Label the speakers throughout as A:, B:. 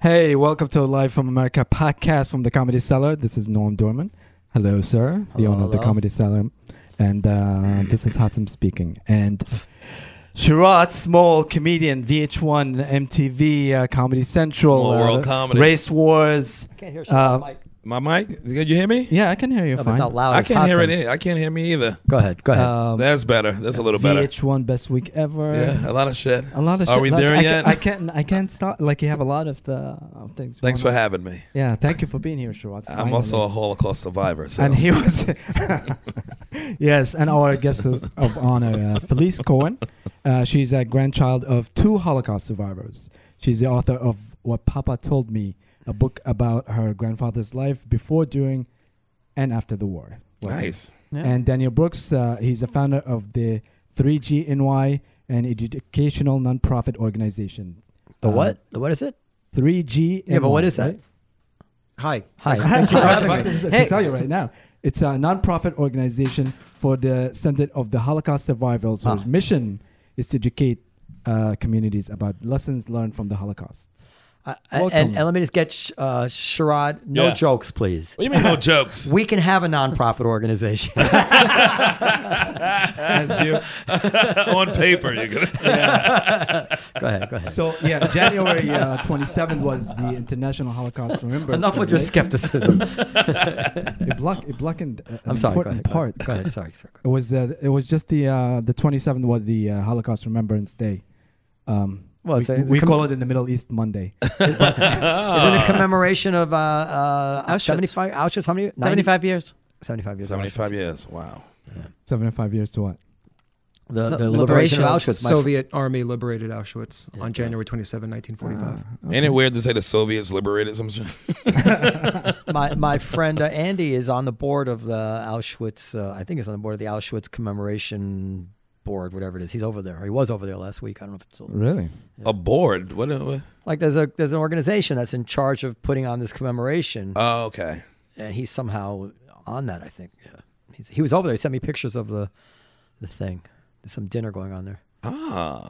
A: Hey, welcome to Live from America podcast from the Comedy Cellar. This is Norm Dorman. Hello, sir, the
B: Hello,
A: owner of the
B: hello. Mm.
A: Comedy Cellar. And uh, this is Hatem speaking. And Sherrod Small, comedian, VH1, MTV, uh, Comedy Central,
B: Small
A: uh,
B: World Comedy.
A: Race Wars.
C: I can't hear shit.
A: Uh,
C: Mike.
B: My mic? Can you hear me?
A: Yeah, I can hear you
C: No, but
A: fine.
C: it's not loud.
B: I
C: it's
B: can't
C: hot Uh,
B: hear it.
C: times.
B: e- I can't hear me either.
C: Go ahead. Go ahead.
A: Um,
B: That's better. That's a little better.
A: VH1 Best Week Ever.
B: Yeah, a lot of shit.
A: A lot of
B: Are
A: shit.
B: we
A: like,
B: there
A: I Can,
B: yet?
A: I can't. I can't stop. Like you have a lot of the uh, things.
B: Thanks for
A: going on.
B: having me.
A: Yeah, thank you for being here, Sherrod.
B: I'm
A: finally.
B: also a Holocaust survivor. So.
A: And he was, yes, and our guest is- of honor, uh, Felice Cohen. Uh, she's a grandchild of two Holocaust survivors. She's the author of What Papa Told Me, a book about her grandfather's life before, during, and after the war. Welcome.
B: nice.
A: And Daniel Brooks, uh, he's the founder of the 3GNY, an educational nonprofit organization.
C: the
A: Uh,
C: what? The what is it?
A: 3GNY.
C: Yeah, but what is that?
A: right?
C: Hi. Hi.
A: I
C: Thank you for
A: was about
C: having me.
A: to, to tell you right now. It's a nonprofit organization for the Center of the Holocaust Survivors, whose
C: Ah.
A: mission is to educate uh, communities about lessons learned from the Holocaust.
C: Uh,
A: Welcome.
C: and, and let me just get sh- uh, Sherrod. No
B: Yeah.
C: jokes, please.
B: What do you mean, no jokes?
C: We can have a nonprofit organization.
B: On paper, you're going to.
C: go ahead. Go ahead.
A: So yeah, January uh, 27th was the International Holocaust Remembrance.
C: Enough with your
A: Day.
C: skepticism.
A: It, block, it blackened uh, an
C: I'm sorry. Go
A: important
C: ahead.
A: part.
C: Go ahead. Sorry. sorry.
A: It was uh, it was just the uh, the 27th was the uh, Holocaust Remembrance Day. Um,
C: Well,
A: we,
C: it's a- it's a
A: we
C: com-
A: call it in the Middle East Monday.
C: Is it a commemoration of uh, uh,
D: Auschwitz.
C: 75 Auschwitz? How many? 90?
D: 75 years.
C: 75 years. of
B: 75 years. Wow.
A: 75 years to what?
C: Auschwitz. The,
D: The-
C: the liberation of
D: liberation
C: Auschwitz. My f-
E: Soviet army liberated Auschwitz
C: Yeah, Uh,
E: on
C: yes.
E: January 27,
C: Ah.
E: 1945.
B: Ain't it weird to say the Soviets liberated some shit?
C: my my friend uh, Andy is on the board of the Auschwitz. Uh, I think he's on the board of the Auschwitz commemoration board, whatever it is. He's over there. He was over there last week. I don't know if it's still.
A: Really?
B: A board? What? what?
C: Like there's a there's an organization that's in charge of putting on this commemoration,
B: Oh, okay.
C: and he's somehow on that. I think. Yeah. He's, he was over there. He sent me pictures of the the thing. There's some dinner going on there.
B: Ah.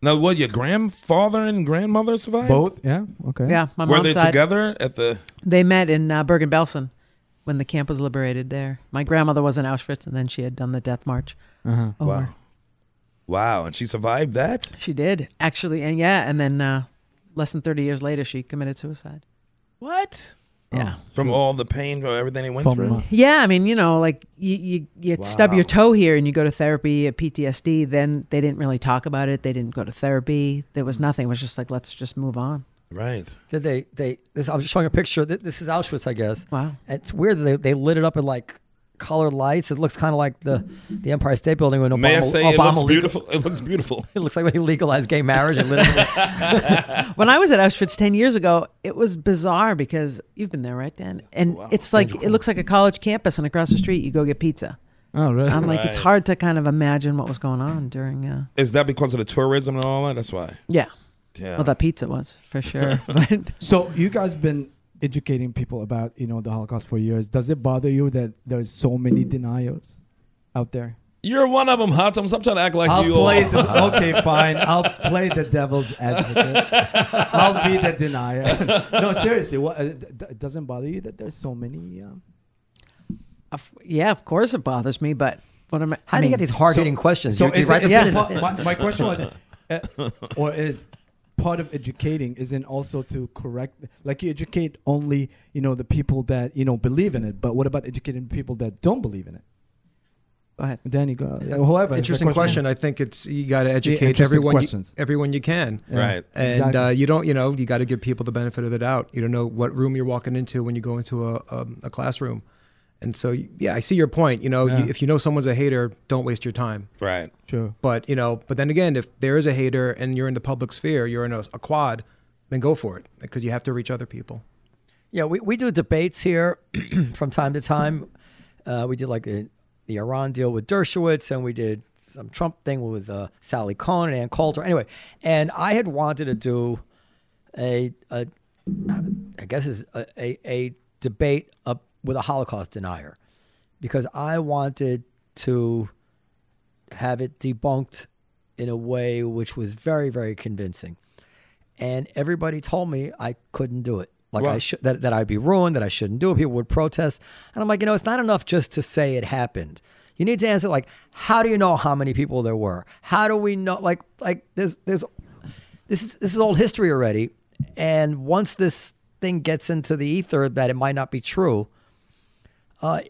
B: Now, what, your grandfather and grandmother survived?
A: Both? Yeah. Okay.
D: Yeah, my
B: Were
D: mom's
B: they
D: side.
B: together at the.
D: They met in uh, Bergen-Belsen when the camp was liberated there. My grandmother was in Auschwitz, and then she had done the death march.
A: Uh-huh.
D: Over.
B: Wow. Wow. And she survived that?
D: She did actually, and yeah, and then uh, less than 30 years later, she committed suicide.
B: What?
D: Yeah,
B: Oh. From all the pain, from everything they went
A: From,
B: through?
A: uh,
D: yeah. I mean, you know, like you you, you stub
B: Wow.
D: your toe here, and you go to therapy at PTSD. Then they didn't really talk about it. They didn't go to therapy. There was nothing. It was just like let's just move on.
B: Right.
C: Did they they this? I'm showing a picture. Th- This is Auschwitz, I guess.
D: Wow.
C: It's weird that they, they lit it up in like colored lights. It looks kind of like the the Empire State Building when Obama
B: May I say it
C: Obama
B: looks
C: legal-
B: beautiful? It looks beautiful.
C: It looks like when he legalized gay marriage and literally
D: When I was at Auschwitz 10 years ago, it was bizarre because you've been there, right, Dan? And it's like, it looks like a college campus, and across the street, you go get pizza.
A: Oh, really?
D: I'm like, it's
B: Right.
D: hard to kind of imagine what was going on during, uh,
B: Is that because of the tourism and all that? That's why.
D: yeah.
B: Yeah.
D: Well, that pizza was for sure. but
A: so you guys been educating people about you know the Holocaust for years. Does it bother you that there's so many deniers out there?
B: You're one of them, Hatem. Stop trying to act like
A: I'll
B: you
A: play
B: are.
A: the okay, fine. I'll play the devil's advocate. I'll be the denier. no, seriously, what uh, d- d- it doesn't bother you that there's so many? Um,
D: of- yeah, of course it bothers me, but what am I?
C: How
D: I
C: do you
D: mean,
C: get these hard hitting questions?
A: so
C: You- you
A: is
C: write
A: it, is
C: the-
A: it pa- my, my question was, uh, or is part of educating isn't also to correct like you educate only you know the people that you know believe in it but what about educating people that don't believe in it
D: Go ahead.
A: Danny, go. yeah, Whoever.
E: Interesting
A: The
E: question. I think it's you got to educate
A: interesting
E: everyone, you,
A: questions.
E: everyone you can.
B: Right.
E: And
A: Exactly.
E: uh, you don't, you know, you got to give people the benefit of the doubt. You don't know what room you're walking into when you go into a, a, a classroom. And so, yeah, I see your point. You know,
A: Yeah.
E: you, if you know someone's a hater, don't waste your time.
B: Right.
A: Sure.
E: But, you know, but then again, if there is a hater and you're in the public sphere, you're in a, a quad, then go for it because you have to reach other people.
C: Yeah, we, we do debates here from time to time. Uh, we did like the, the Iran deal with Dershowitz, and we did some Trump thing with uh, Sally Cohn and Ann Coulter. Anyway, and I had wanted to do a, a I guess is a, a, a debate up with a Holocaust denier because I wanted to have it debunked in a way which was very very convincing and everybody told me I couldn't do it. Like I
B: Right.
C: should that, that I'd be ruined, that I shouldn't do it. People would protest, and I'm like, you know, it's not enough just to say it happened. You need to answer like, how do you know how many people there were? How do we know? Like, like there's there's this is this is old history already, and once this thing gets into the ether that it might not be true, uh,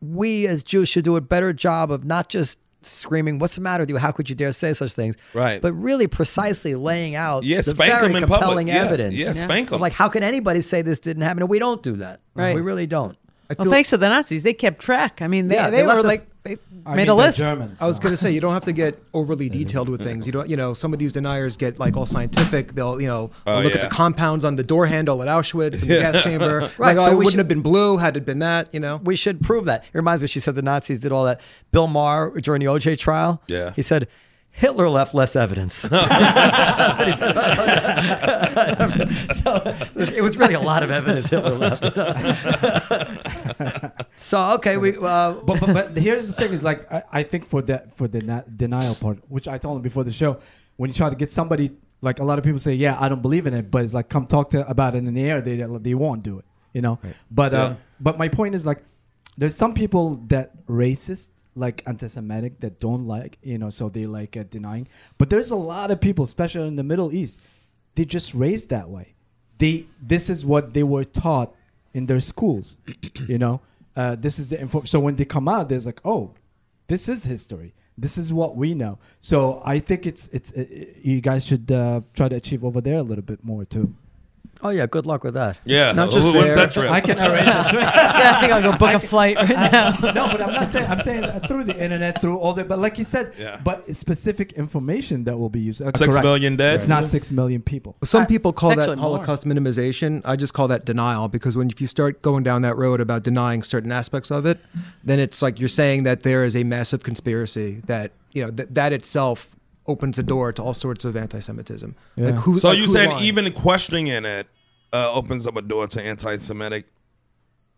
C: we as Jews should do a better job of not just screaming, "What's the matter with you? How could you dare say such things?"
B: Right.
C: But really precisely laying out
B: Yeah,
C: the
B: spank
C: very
B: them in
C: compelling
B: public. Yeah,
C: evidence.
B: yeah, spank them.
C: Like, how can anybody say this didn't happen? And we don't do that.
D: Right.
C: We really don't.
E: I
D: Well, thanks to the Nazis, they kept track. I mean, they,
C: Yeah,
D: they,
C: they left
D: were
C: us-
D: like they
A: I
D: made
A: mean,
D: a
A: they're
D: list.
A: Germans,
E: I was
A: so-
E: going to say you don't have to get overly detailed with things. You don't, you know, some of these deniers get like all scientific. They'll, you know,
B: Oh,
E: look
B: yeah.
E: at the compounds on the door handle at Auschwitz and the gas chamber.
C: Right,
E: Like,
C: so
E: oh, it
C: we
E: wouldn't
C: should-
E: have been blue had it been that. You know,
C: we should prove that. It reminds me, she said the Nazis did all that. Bill Maher during the OJ trial.
B: Yeah.
C: He said, Hitler left less evidence. That's what he said. so it was really a lot of evidence Hitler left. so, okay, we. Uh,
A: but, but but here's the thing is like I, I think for that for the na- denial part, which I told him before the show, when you try to get somebody like a lot of people say, yeah, I don't believe in it, but it's like come talk to about it in the air, they they won't do it, you know. But uh,
B: Yeah.
A: but my point is like there's some people that racist like anti-Semitic that don't like you know, so they like uh, denying. But there's a lot of people, especially in the Middle East, they just raised that way. They this is what they were taught in their schools, you know. Uh, this is the info. So when they come out, there's like, oh, this is history. This is what we know. So I think it's it's uh, you guys should uh, try to achieve over there a little bit more too.
C: oh, yeah, good luck with that.
B: Yeah,
E: not just
B: when's
E: there.
B: that trip?
A: I can arrange a trip.
D: yeah, I think I'll go book a flight right now.
A: no, but I'm not saying. I'm saying uh, through the internet, through all the. But like you said,
B: Yeah.
A: but specific information that will be used. Uh,
B: Six
A: correct.
B: million dead.
A: It's not six million people.
E: some people call that
D: actually more.
E: Holocaust minimization. I just call that denial because when if you start going down that road about denying certain aspects of it, then it's like you're saying that there is a massive conspiracy that you know that that itself opens the door to all sorts of anti-Semitism.
A: Yeah.
E: Like who?
B: So
E: like
B: you
E: who's
B: saying
E: lying?
B: even questioning it uh, opens up a door to anti-Semitic?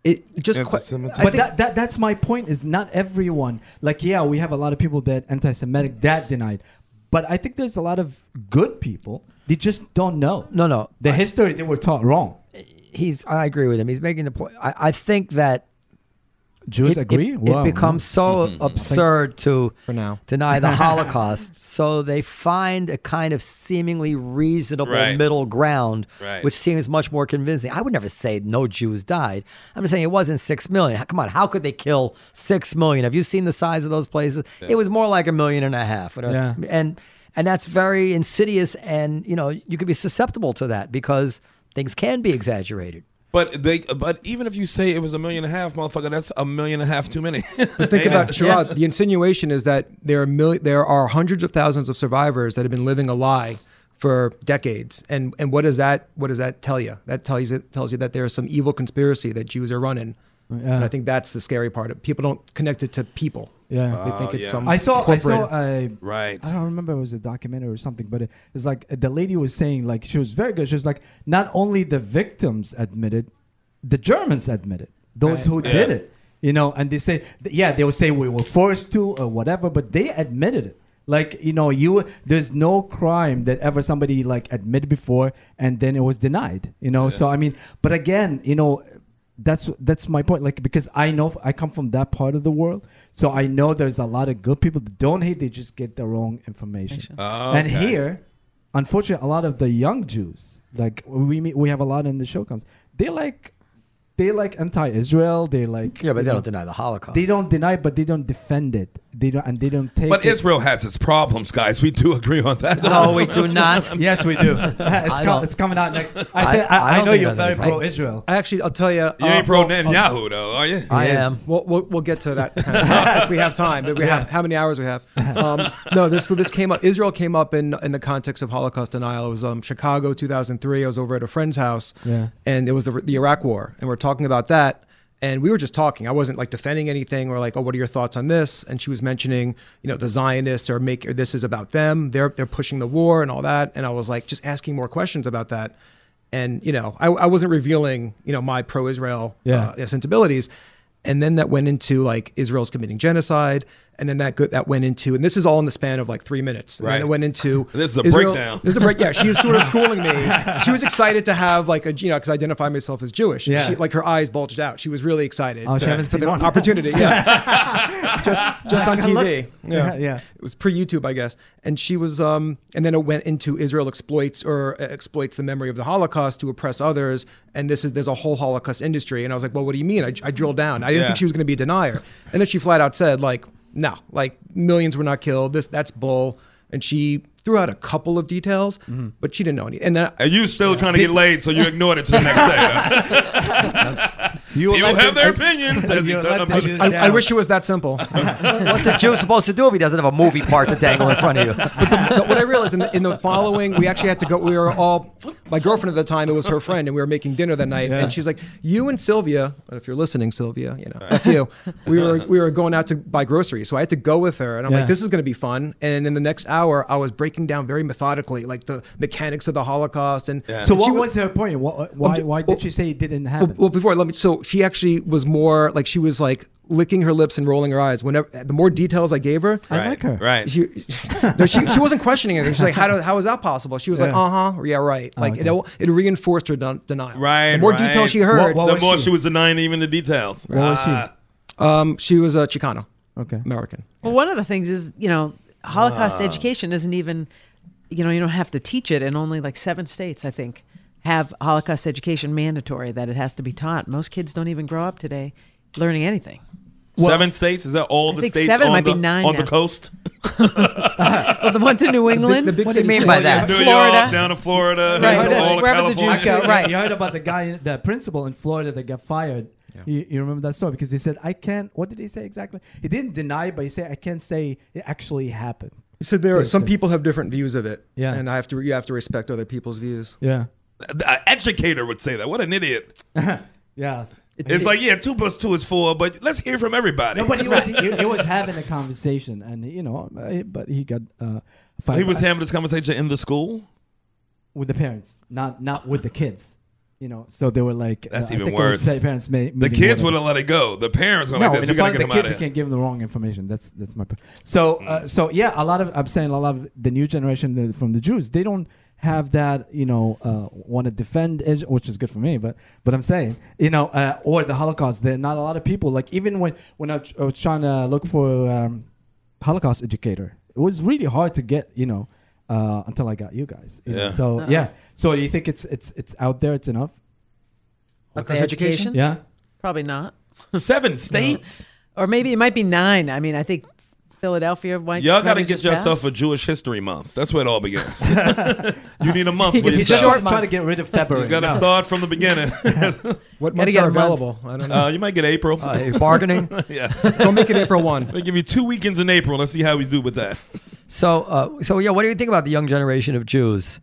E: it just que-
B: Anti-Semitism.
E: I
A: but
E: think-
A: that, that that's my point is not everyone like yeah we have a lot of people that anti-semitic that denied but i think there's a lot of good people they just don't know
C: No, no.
A: the history they were taught wrong
C: He's, I agree with him. He's making the point. I, I think that
A: jews
C: it,
A: agree
C: It, it
A: Wow.
C: becomes so
B: Mm-hmm.
C: absurd to
E: For now.
C: deny the Holocaust, so they find a kind of seemingly reasonable
B: Right.
C: middle ground,
B: Right.
C: which seems much more convincing. I would never say no Jews died. I'm just saying it wasn't six million. How- Come on, how could they kill six million? Have you seen the size of those places? It was more like a million and a half. whatever.
A: Yeah.
C: And and that's very insidious, and you know you could be susceptible to that because things can be exaggerated.
B: But they, but even if you say it was a million and a half, motherfucker, that's a million and a half too many.
E: But
B: Ain't
E: think about
B: it?
E: Sherrod. The insinuation is that there are mil- there are hundreds of thousands of survivors that have been living a lie for decades. And and what does that what does that tell you? That tells you tells you that there is some evil conspiracy that Jews are running. And I think that's the scary part. of People don't connect it to people.
A: Yeah.
E: they think
B: Oh,
E: it's
B: yeah.
E: some.
A: i saw i saw
E: corporate-
A: uh,
B: right.
A: I don't remember it was a documentary or something, but it, it's like the lady was saying like she was very good. She was like not only the victims admitted, the Germans admitted those who
B: Yeah.
A: did it, you know, and they say yeah they would say we were forced to or whatever, but they admitted it. Like you know, you there's no crime that ever somebody like admitted before and then it was denied. You know, so I mean, but again, you know, that's that's my point like because i know i come from that part of the world so i know there's a lot of good people that don't hate they just get the wrong information
B: Oh,
A: and
B: okay.
A: here unfortunately a lot of the young jews like we meet, we have a lot in the show comes they like they like anti-israel they like
C: Yeah, but
A: you
C: they
A: know,
C: don't deny the Holocaust.
A: they don't deny but they don't defend it they don't and they don't take
B: But
A: it.
B: Israel has its problems, guys. We do agree on that.
C: no, we do not.
A: yes we do it's, com-
C: don't-
A: it's coming out next i,
C: I-
A: thi- I,
C: I
A: I
C: don't
A: know
C: think
A: you're
C: that's
A: very
C: a problem.
A: pro-israel
E: I actually, I'll tell you. uh,
B: You
A: uh,
B: ain't pro Netanyahu though, are you?
C: I
A: Yes.
C: am.
E: We'll, we'll, we'll get to that kind of if we have time. But we have how many hours we have? Um, no, this so this came up. Israel came up in in the context of Holocaust denial. It was um, Chicago, 2003. I was over at a friend's house,
A: Yeah.
E: and it was the, the Iraq War, and we're talking about that. and we were just talking. I wasn't like defending anything or like, oh, what are your thoughts on this? And she was mentioning, you know, the Zionists or make or this is about them. They're they're pushing the war and all that. And I was like, just asking more questions about that. And you know, I, I wasn't revealing, you know, my pro-Israel
A: Yeah.
E: uh, sensibilities. And then that went into like Israel's committing genocide, and then that go- that went into, and this is all in the span of like three minutes. And then
B: Right.
E: it went into
B: This is a breakdown.
E: This is a break. Yeah, she was sort of schooling me. She was excited to have like a you know because I identify myself as Jewish.
A: Yeah.
E: She, like her eyes bulged out. She was really excited
A: Oh, she
E: to-
A: haven't
E: for
A: seen
E: the
A: one.
E: opportunity. Yeah, just just on TV.
A: Yeah, yeah.
E: It was pre YouTube, I guess. And she was, um, and then it went into Israel exploits or uh, exploits the memory of the Holocaust to oppress others. And this is there's a whole Holocaust industry. And I was like, well, what do you mean? I, I drilled down. I didn't
B: Yeah.
E: think she was going to be a denier. And then she flat out said, like, no, like millions were not killed. This that's bull. And she threw out a couple of details, but she didn't know any. And then
B: And you still trying to get laid, so you ignored it to the next day. huh?
A: You
B: People have their opinions. As he
A: You're
B: turned up
A: elected-
B: to-
E: I, I wish it was that simple.
C: What's a Jew supposed to do if he doesn't have a movie part to dangle in front of you?
E: No, what I realized in the, in the following, we actually had to go. We were all my girlfriend at the time. It was her friend, and we were making dinner that night.
A: Yeah.
E: And she's like, "You and Sylvia, and if you're listening, Sylvia, you know, F you." We were we were going out to buy groceries, so I had to go with her. And I'm
A: Yeah.
E: like, "This is going to be fun." And in the next hour, I was breaking down very methodically, like the mechanics of the Holocaust. And
A: So
E: and she
A: what
E: wa-
A: was her point? Why, why,
E: ju-
A: why did she say it didn't happen?
E: well, well, before let me. So she actually was more like she was like licking her lips and rolling her eyes. Whenever the more details I gave her,
A: I like her.
B: Right.
E: she, no, she, she wasn't questioning anything. She's like, how, do, how is that possible? She was like,
A: Yeah. Oh,
E: uh huh, yeah, right. Like,
A: okay.
E: you know, it reinforced her den- denial.
B: Right,
E: The more
B: right.
E: detail she
B: What-
E: heard,
A: what-
B: the
A: was
B: more
A: she?
B: she was denying even the details.
A: What was she?
B: Ah,
E: um, she was a Chicano,
A: okay.
E: American.
D: Well, one of the things is, you know, Holocaust education isn't even, you know, you don't have to teach it, and only like seven states, I think, have Holocaust education mandatory that it has to be taught. Most kids don't even grow up today learning anything.
B: seven states? Is that all the
D: think
B: states
D: seven
B: on,
D: might
B: the,
D: be nine
B: on the
D: now.
B: coast?
D: Well, the one to New England.
E: the big
D: what do you
E: cities
D: mean
E: do
D: by
E: that.
D: that?
B: New
D: Oh, Florida.
B: York, down to Florida,
D: Right.
B: all of
D: Wherever the
B: California.
D: Jews go, right.
A: You heard about the guy, the principal in Florida that got fired. You, you remember that story because he said, "I can't." What did he say exactly? He didn't deny, it, but he said, "I can't say it actually happened."
E: He said there are some
A: Interesting.
E: people have different views of it.
A: Yeah.
E: And I have to, you have to respect other people's views.
A: Yeah,
B: An educator would say that. What an idiot.
A: yeah.
B: It's like, yeah, two plus two is four, but let's hear from everybody.
A: No, but he was he, he was having a conversation, and you know, uh, but he got uh, fired
B: he was
A: by-
B: having this conversation in the school.
A: with the parents, not not with the kids. You know, so they were like, uh,
B: That's
A: I
B: even
A: think it was
B: worse.
A: the Parents may,
B: The kids wouldn't let it go. The parents were
A: No,
B: like,
A: in
B: this.
A: the
B: we
A: front
B: gotta
A: of the
B: get them out
A: kids,
B: of
A: you
B: here. Mm.
A: can't give them the wrong information. That's that's my point. So uh, so yeah, a lot of I'm saying a lot of the new generation the, from the Jews, they don't have that you know uh, want to defend Is- which is good for me but but i'm saying you know uh, or the holocaust there are not a lot of people like even when when i was I was trying to look for um, holocaust educator it was really hard to get you know uh, until i got you guys you know.
B: Yeah.
A: so yeah so you think it's it's it's out there it's enough
E: Holocaust education?
A: yeah
D: Probably not.
B: Seven states?
D: Or maybe it might be nine. I mean, I think Philadelphia. Might,
B: Y'all got to
D: maybe
B: get
D: just passed.
B: yourself a Jewish History month. That's where it all begins. you need a month for
D: It's
A: just
B: yourself.
D: short.
A: try to
D: month.
A: get rid of february
B: You got to
A: No.
B: start from the beginning.
E: What
D: Gotta
E: months
D: get
E: are
D: a month.
E: available? I don't know.
B: uh, you might get April.
C: Uh, you're bargaining.
B: yeah.
E: don't make it April 1.
B: They give you two weekends in April. Let's see how we do with that.
C: So, uh, so yeah, what do you think about the young generation of Jews?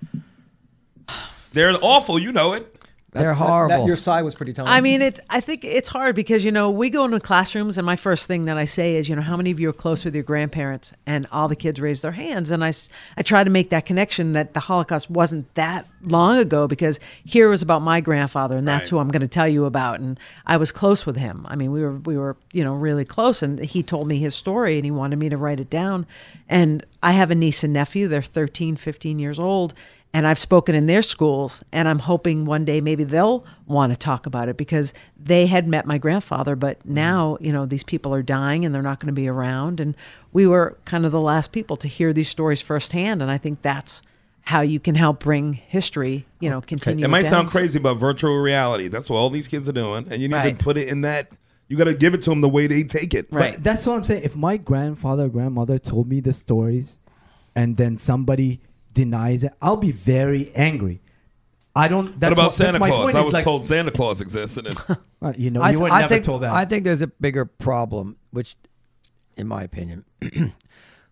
B: They're awful. You know it.
C: They're horrible.
E: That, your sigh was pretty telling.
D: I mean, it's. I think it's hard because you know we go into classrooms, and my first thing that I say is, you know, how many of you are close with your grandparents? And all the kids raise their hands, and I, s- I try to make that connection that the Holocaust wasn't that long ago because here was about my grandfather, and that's
B: Right.
D: who I'm going to tell you about, and I was close with him. I mean, we were we were you know really close, and he told me his story, and he wanted me to write it down, and I have a niece and nephew. They're 13, 15 years old, and I've spoken in their schools, and I'm hoping one day maybe they'll want to talk about it because they had met my grandfather, but
B: Mm-hmm.
D: now, you know, these people are dying and they're not going to be around. And we were kind of the last people to hear these stories firsthand. And I think that's how you can help bring history, you know, continue.
B: It might
D: down.
B: sound crazy, but virtual reality. That's what all these kids are doing. And you need
D: Right.
B: to put it in that. You got to give it to them the way they take it.
D: Right.
A: But that's what I'm saying. If my grandfather or grandmother told me the stories and then somebody denies it, I'll be very angry. I don't.
B: What
A: That's
B: about
A: what, that's
B: Santa
A: my
B: Claus?
A: Point.
B: I
A: It's
B: was
A: like,
B: told Santa Claus existed. And
A: uh, you know,
C: I,
A: you
C: th-
A: were
C: I
A: never
C: think,
A: told that.
C: I think there's a bigger problem, which, in my opinion,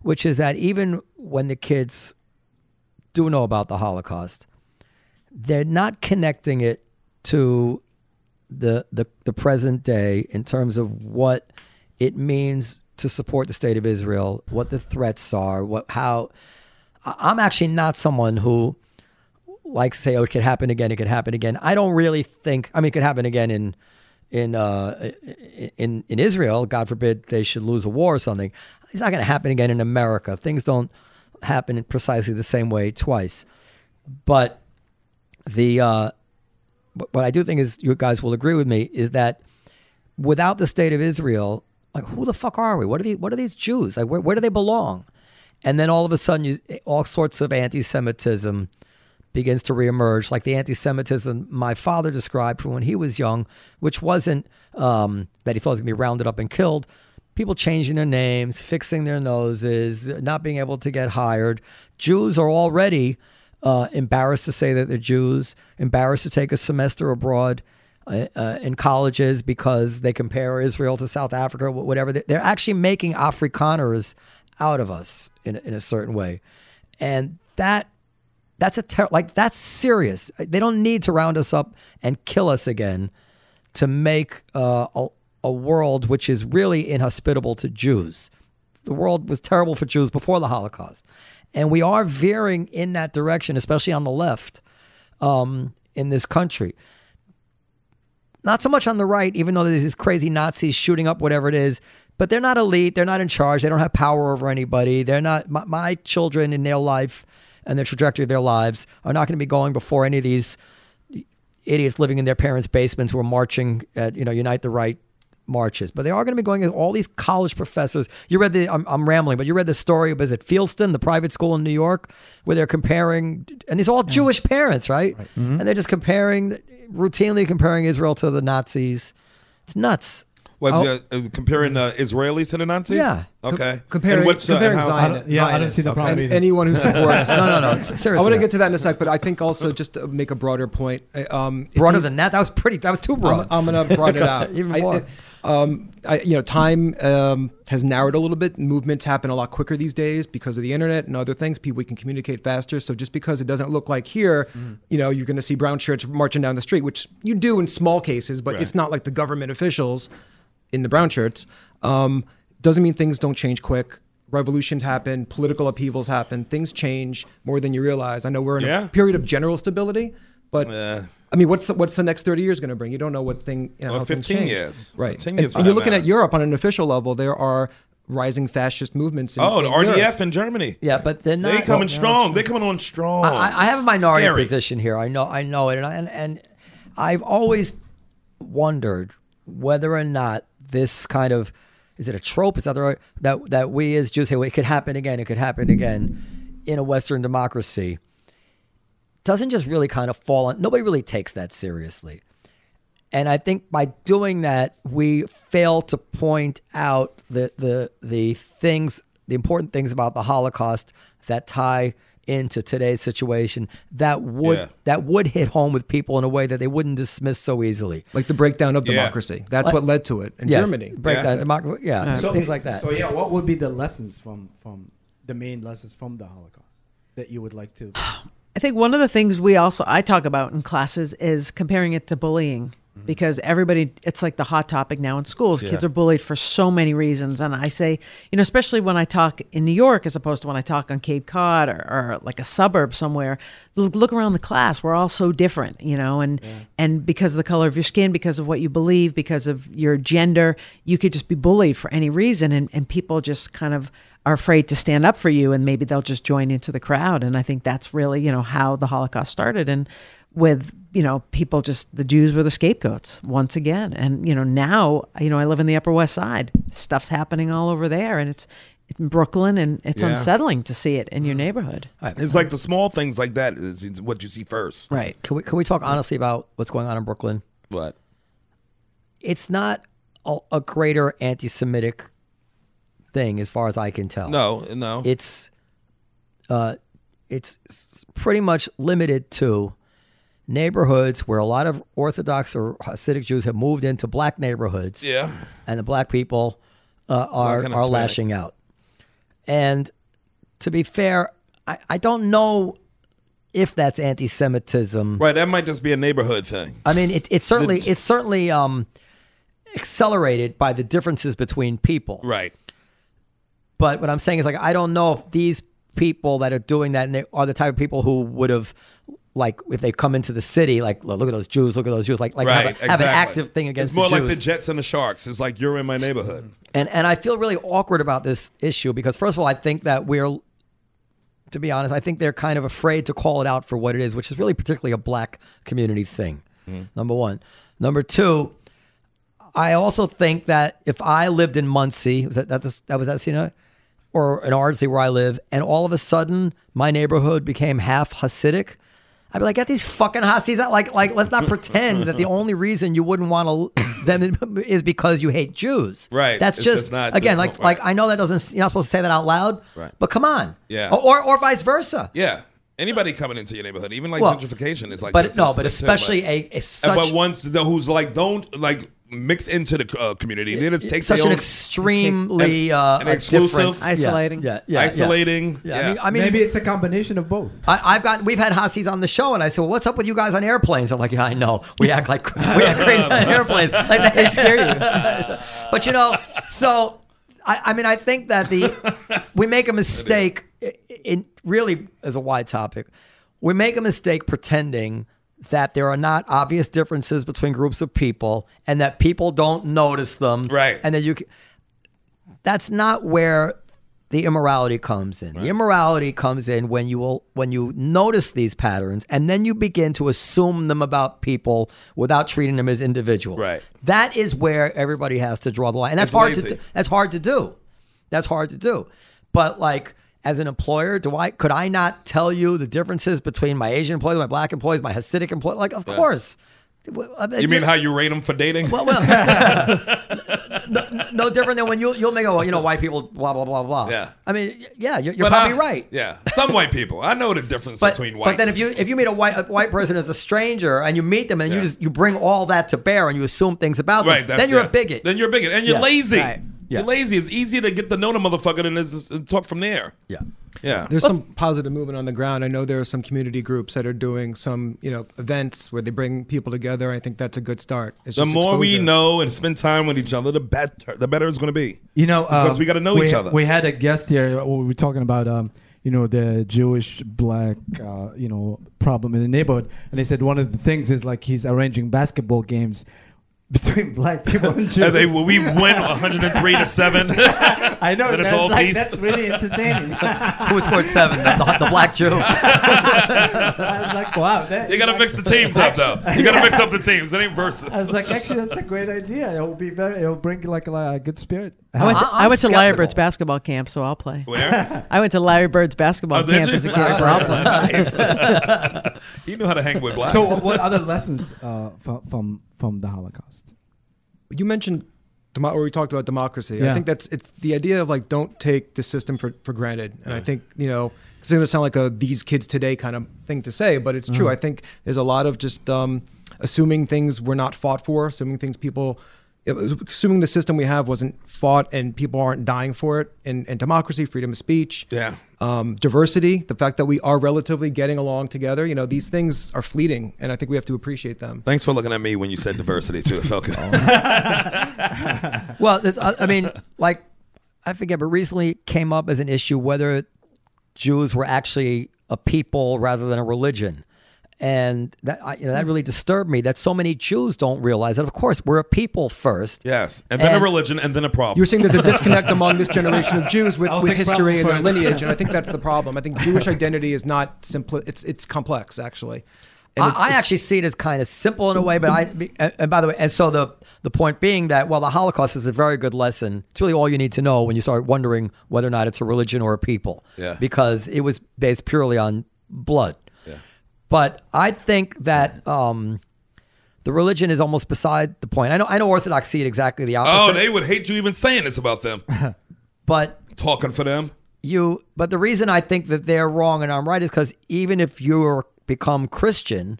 C: which is that even when the kids do know about the Holocaust, they're not connecting it to the, the the present day in terms of what it means to support the state of Israel, what the threats are, what how I- I'm actually not someone who like say, oh, it could happen again, it could happen again. I don't really think. I mean, it could happen again in in uh, in in Israel. God forbid they should lose a war or something. It's not going to happen again in America. Things don't happen in precisely the same way twice. But the uh, but what I do think is you guys will agree with me is that without the state of Israel, like who the fuck are we? What are these? What are these Jews? Like where, where do they belong? And then all of a sudden, you, all sorts of anti-Semitism begins to reemerge, like the anti-Semitism my father described from when he was young, which wasn't um, that he thought was going to be rounded up and killed. People changing their names, fixing their noses, not being able to get hired. Jews are already uh, embarrassed to say that they're Jews, embarrassed to take a semester abroad uh, uh, in colleges because they compare Israel to South Africa, wh- whatever. They- They're actually making Afrikaners out of us in, a- in a certain way. And that that's a ter- like that's serious. They don't need to round us up and kill us again to make uh, a, a world which is really inhospitable to Jews. The world was terrible for Jews before the Holocaust, and we are veering in that direction, especially on the left um, in this country. Not so much on the right, even though there's these crazy Nazis shooting up whatever it is. But they're not elite. They're not in charge. They don't have power over anybody. They're not my, my children in their life and the trajectory of their lives are not going to be going before any of these idiots living in their parents' basements who are marching at you know Unite the Right marches. But they are going to be going to all these college professors. You read the I'm, I'm rambling, but you read the story. Was it Fieldston, the private school in New York, where they're comparing, and these are all Jewish parents, right?
B: Mm-hmm.
C: And they're just comparing, routinely comparing Israel to the Nazis. It's nuts.
B: Well, uh, uh, comparing uh, Israelis to the Nazis.
C: Oh. Yeah.
B: Okay.
E: comparing-
B: And what's, uh,
E: comparing
B: how-
E: Zion-
A: I don't- yeah, I don't see the
E: Zionists,
A: problem
E: okay?
A: either.
E: Anyone who supports.
C: No, no, no. Seriously,
E: I want to
C: no.
E: get to that in a sec, but I think also just to make a broader point. I- Um, it's
C: broader
E: easy-
C: than that. That was pretty. That was too broad.
E: I'm, I'm gonna broaden it out
C: Even
E: I-
C: more.
E: I, um, I, you know, time um, has narrowed a little bit. Movements happen a lot quicker these days because of the internet and other things. People we can communicate faster. So just because it doesn't look like here,
C: Mm-hmm.
E: you know, you're gonna see brown shirts marching down the street, which you do in small cases, but it's not like the government officials in the brown shirts. Um, doesn't mean things don't change quick. Revolutions happen, political upheavals happen, things change more than you realize. I know we're in
B: Yeah.
E: a period of general stability, but
B: Yeah.
E: I mean, what's the, what's the next thirty years going to bring? You don't know what thing. You know,
B: Or
E: how things
B: 15
E: change.
B: years.
E: right?
B: 10
E: And
B: years for
E: you're
B: that
E: looking
B: matter.
E: at Europe on an official level. There are rising fascist movements. In,
B: Oh,
E: in
B: the RDF
E: Europe.
B: in Germany.
C: yeah, but they're not.
B: They coming strong. They coming on strong.
C: I, I have a minority
B: Scary.
C: position here. I know, I know it, and, I, and and I've always wondered whether or not this kind of is it a trope? Is that the right that that we as Jews say well, it could happen again? It could happen again in a Western democracy. Doesn't just really kind of fall on. Nobody really takes that seriously. And I think by doing that, we fail to point out the the the things, the important things about the Holocaust that tie into today's situation that would
B: Yeah.
C: that would hit home with people in a way that they wouldn't dismiss so easily.
E: like the breakdown of
B: Yeah.
E: democracy. That's what led to it in
C: Yes,
E: Germany.
C: breakdown,
B: Yeah.
C: democracy, yeah, things like that.
A: So yeah, what would be the lessons from from the main lessons from the Holocaust that you would like to?
D: I think one of the things we also I talk about in classes is comparing it to bullying because everybody it's like the hot topic now in schools. Kids
B: Mm-hmm. Yeah.
D: are bullied for so many reasons, and I say you know especially when I talk in New York as opposed to when I talk on Cape Cod or, or like a suburb somewhere. l- Look around the class; we're all so different, you know, and and because of the color of your skin, because of what you believe, because of your gender, you could just be bullied for any reason, and and people just kind of are afraid to stand up for you and maybe they'll just join into the crowd and i think that's really you know how the holocaust started and with you know people just the jews were the scapegoats once again and you know now you know i live in the upper west side stuff's happening all over there and it's in brooklyn and it's
B: Yeah.
D: unsettling to see it in your neighborhood
C: Oh,
B: It's like the small things like that is is what you see first.
D: right
C: Can we can we talk honestly about what's going on in Brooklyn?
B: But
C: It's not a, a greater anti-Semitic thing, as far as I can tell.
B: no, no.
C: it's uh, it's s- pretty much limited to neighborhoods where a lot of Orthodox or Hasidic Jews have moved into black neighborhoods.
B: yeah.
C: and the black people uh, are
B: and
C: are
B: Hispanic.
C: lashing out. And to be fair, I, I don't know if that's anti-Semitism.
B: Right, that might just be a neighborhood thing.
C: I mean, it, it's certainly it's certainly um, accelerated by the differences between people.
B: Right.
C: But what I'm saying is, like, I don't know if these people that are doing that and they are the type of people who would have, like, if they come into the city, like, look at those Jews, look at those Jews, like, like have,
B: Right.
C: a-
B: exactly.
C: have an active thing against
B: It's more
C: the
B: like
C: Jews. Mm.
B: the Jets and the Sharks. It's like you're in my neighborhood.
C: and and I feel really awkward about this issue because first of all, I think that we're to be honest, I think they're kind of afraid to call it out for what it is, which is really particularly a black community thing.
B: Mm-hmm.
C: Number one. Number two, I also think that if I lived in Muncie, was that that, this, that was that scene, or in Ardsley where I live, and all of a sudden my neighborhood became half Hasidic, I'd be like, get these fucking Hasid's out! Like, like let's not pretend that the only reason you wouldn't want to them is because you hate Jews.
B: Right.
C: That's
B: It's
C: just,
B: just not-
C: again,
B: there's
C: like,
B: no-
C: like I know that doesn't. You're not supposed to say that out loud.
B: Right.
C: But come on.
B: Yeah.
C: Or or, or vice versa.
B: Yeah. Anybody coming into your neighborhood, even like gentrification, is like.
C: But
B: this
C: no,
B: is-
C: but
B: this is
C: especially
B: like-
C: a, a
B: And
C: such
B: but once the, who's like don't like mix into the uh, community, they just take
C: such
B: their
C: an
B: own-
C: extremely
B: an-
C: uh,
B: an
C: a
B: exclusive-
C: different- yeah,
D: Isolating.
C: Yeah. Yeah. yeah.
B: isolating.
C: Yeah,
B: Yeah,
C: I mean, I mean,
A: Maybe it's a combination of both.
C: I, I've got we've had Hasis on the show, and I said, "Well, what's up with you guys on airplanes?" I'm like, "Yeah, I know. We act like we act crazy on airplanes. Like they scare you." but you know, so I, I mean, I think that the we make a mistake i- in really as a wide topic. We make a mistake pretending that there are not obvious differences between groups of people, and that people don't notice them.
B: Right.
C: and that you. Can, that's not where the immorality comes in. The immorality comes in when you will when you notice these patterns and then you begin to assume them about people without treating them as individuals.
B: Right.
C: That is where everybody has to draw the line. And that's
B: It's
C: hard to
B: lazy.
C: do. that's hard to do. That's hard to do. But like as an employer, do I could I not tell you the differences between my Asian employees, my black employees, my Hasidic employees? Like of course. uh,
B: you mean how you rate them for dating?
C: Well, well no, no different than when you you'll make a well, you know white people blah blah blah blah.
B: Yeah.
C: I mean, y- yeah, you're, you're
B: But
C: probably
B: I-
C: right.
B: Yeah, some white people. I know the difference
C: But,
B: between whites.
C: but then if you if you meet a white a white person as a stranger and you meet them and you
B: Yeah.
C: just you bring all that to bear and you assume things about them,
B: right, that's,
C: then you're
B: yeah.
C: a bigot.
B: Then you're a bigot, and you're
C: Yeah.
B: lazy.
D: Right.
C: Yeah.
B: You're lazy. It's easier to get to know the motherfucker than it is to talk from there.
C: yeah.
B: Yeah,
E: There's some positive movement on the ground. I know there are some community groups that are doing some, you know, events where they bring people together. I think that's a good start. It's
B: the
E: just
B: more we
E: exposure.
B: know and spend time with each other, the better. The better it's going to be.
A: You know,
B: Because
A: um,
B: we gotta know
A: we-
B: each other.
A: We had a guest here. uh, We were talking about, um, you know, the Jewish black, uh, you know, problem in the neighborhood, and they said one of the things is like he's arranging basketball games between black people and Jews.
B: And Uh, they, well, we win 103 to seven.
A: I know.
B: That it's
A: that's,
B: all
A: like,
B: peace.
A: that's really entertaining. I
C: Who scored seven? The, the, the black Jew.
A: was like, wow. That,
B: You gotta mix the teams up though. You gotta mix up the teams. It ain't versus.
A: I was like, actually, that's a great idea. It'll be very. It'll bring like a, a good spirit.
D: I went, to,
C: I- I'm
D: I went to Larry
C: skeptical.
D: Bird's basketball camp, so I'll play.
B: Where?
D: I went to Larry Bird's basketball
B: Oh, did
D: camp
B: you?
D: as a kid, so I'll play.
B: Nice. he knew how to hang with blacks.
A: so, what other lessons uh, from, from from the Holocaust?
E: you mentioned demo- or we talked about democracy.
A: Yeah.
E: I think that's it's the idea of like don't take the system for, for granted. And I think you know it's going to sound like a these kids today kind of thing to say, but it's true. I think there's a lot of just um, assuming things were not fought for, assuming things people. it was- Assuming the system we have wasn't fought and people aren't dying for it, and, and democracy, freedom of speech,
B: Yeah.
E: um, diversity, the fact that we are relatively getting along together, you know, these things are fleeting, and I think we have to appreciate them.
B: Thanks for looking at me when you said diversity too. It felt good.
C: Well, this, uh, I, I mean, like, I forget, but recently it came up as an issue whether Jews were actually a people rather than a religion. And that I- you know that really disturbed me that so many Jews don't realize that of course we're a people first.
B: Yes, and then
C: And-
B: a religion, and then a problem.
E: You were saying there's a disconnect among this generation of Jews with,
A: I'll
E: with
A: take
E: history and
A: problem
E: their lineage, and I think that's the problem. I think Jewish identity is not simple; it's it's complex actually. And
C: I,
E: it's-
C: I
E: it's-
C: actually see it as kind of simple in a way, but I and and by the way, and so the the point being that well, the Holocaust is a very good lesson. It's really all you need to know when you start wondering whether or not it's a religion or a people,
B: Yeah.
C: because it was based purely on blood.
B: Yeah.
C: But I think that um, the religion is almost beside the point. I know I know Orthodox see it exactly the
B: Oh,
C: opposite,
B: they would hate you even saying this about them.
C: but
B: Talking for them.
C: you but the reason i think that they're wrong and i'm right is because even if you become christian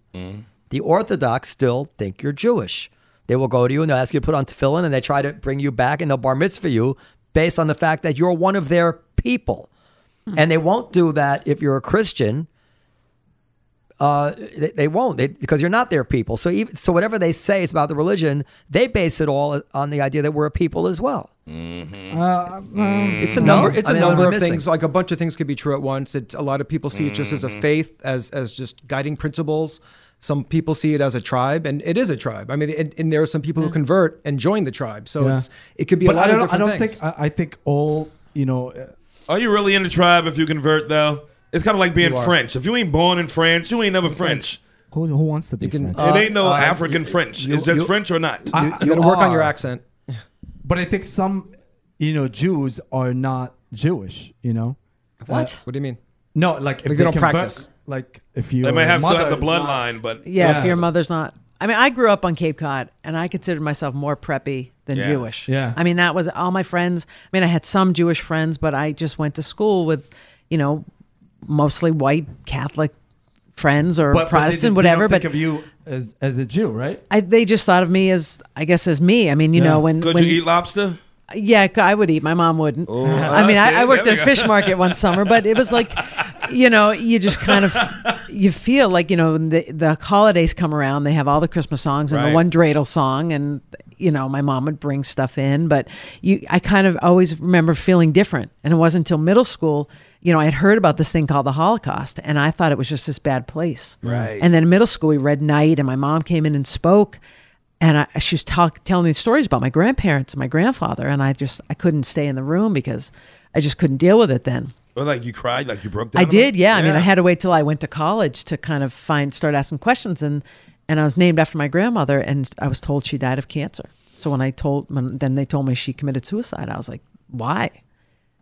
C: the orthodox still think you're jewish they will go to you and they'll ask you to put on tefillin and they try to bring you back and they'll bar mitzvah you based on the fact that you're one of their people and they won't do that if you're a christian uh, they, they won't they, because you're not their people. So even, so whatever they say it's about the religion, they base it all on the idea that we're a people as well.
A: Uh, mm,
E: It's a
C: No,
E: number. It's
C: I
E: a
C: mean, what
E: number
C: am I
E: of
C: missing?
E: things. Like a bunch of things could be true at once. It's a lot of people see it just
C: Mm-hmm.
E: as a faith, as as just guiding principles. Some people see it as a tribe, and it is a tribe. I mean, and, and there are some people who convert and join the tribe. So
A: Yeah.
E: it's it could be
A: but
E: a lot
A: I don't.
E: of
A: I
E: different
A: don't
E: things.
A: think. I, I think all. You know. Uh,
B: Are you really in the tribe if you convert though? It's kind of like being French. If you ain't born in France, you ain't never French.
A: who, who wants to be
E: can-
A: French?
E: uh,
B: it ain't no
C: uh,
B: African
C: you-
B: French.
C: you-
B: it's just
C: you-
B: French or not.
A: I-
E: you, you gotta work on your
C: are.
E: accent.
A: but I think some. You know, Jews are not Jewish. You know.
C: What?
E: What do you mean?
A: No, like if
E: Like, they don't
A: convert-
E: practice.
A: Like if you.
B: they may have still have the
A: bloodline.
B: bloodline, but
D: Yeah, if
A: Yeah.
D: your mother's not. I mean, I grew up on Cape Cod, and I considered myself more preppy than
B: Yeah.
D: Jewish.
A: Yeah.
D: I mean, that was all my friends. I mean, I had some Jewish friends, but I just went to school with, you know, mostly white Catholic friends or
A: But,
D: Protestant,
A: but they,
D: whatever.
A: They don't
D: But
A: think of you as as a Jew, right?
D: I, they just thought of me as, I guess, as me. I mean, you
A: Yeah.
D: know, when
B: could
D: when,
B: you eat lobster?
D: Yeah, I would eat. My mom wouldn't. I mean,
B: Ah, see,
D: I, I worked
B: there
D: at
B: we
D: a fish market one summer, but it was like, you know, you just kind of you feel like you know when the the holidays come around. They have all the Christmas songs and
B: Right.
D: the one dreidel song, and you know, my mom would bring stuff in, but you, I kind of always remember feeling different. And it wasn't until middle school, you know, I had heard about this thing called the Holocaust, and I thought it was just this bad place.
C: Right.
D: And then in middle school, we read Night, and my mom came in and spoke, and I, she was talk, telling me stories about my grandparents and my grandfather, and I just I couldn't stay in the room because I just couldn't deal with it then.
B: Or like you cried, like you broke down.
D: I
B: a
D: did,
B: bit?
D: yeah. I mean, I had to wait till I went to college to kind of find start asking questions, and and I was named after my grandmother, and I was told she died of cancer. So when I told, when, then they told me she committed suicide. I was like, why?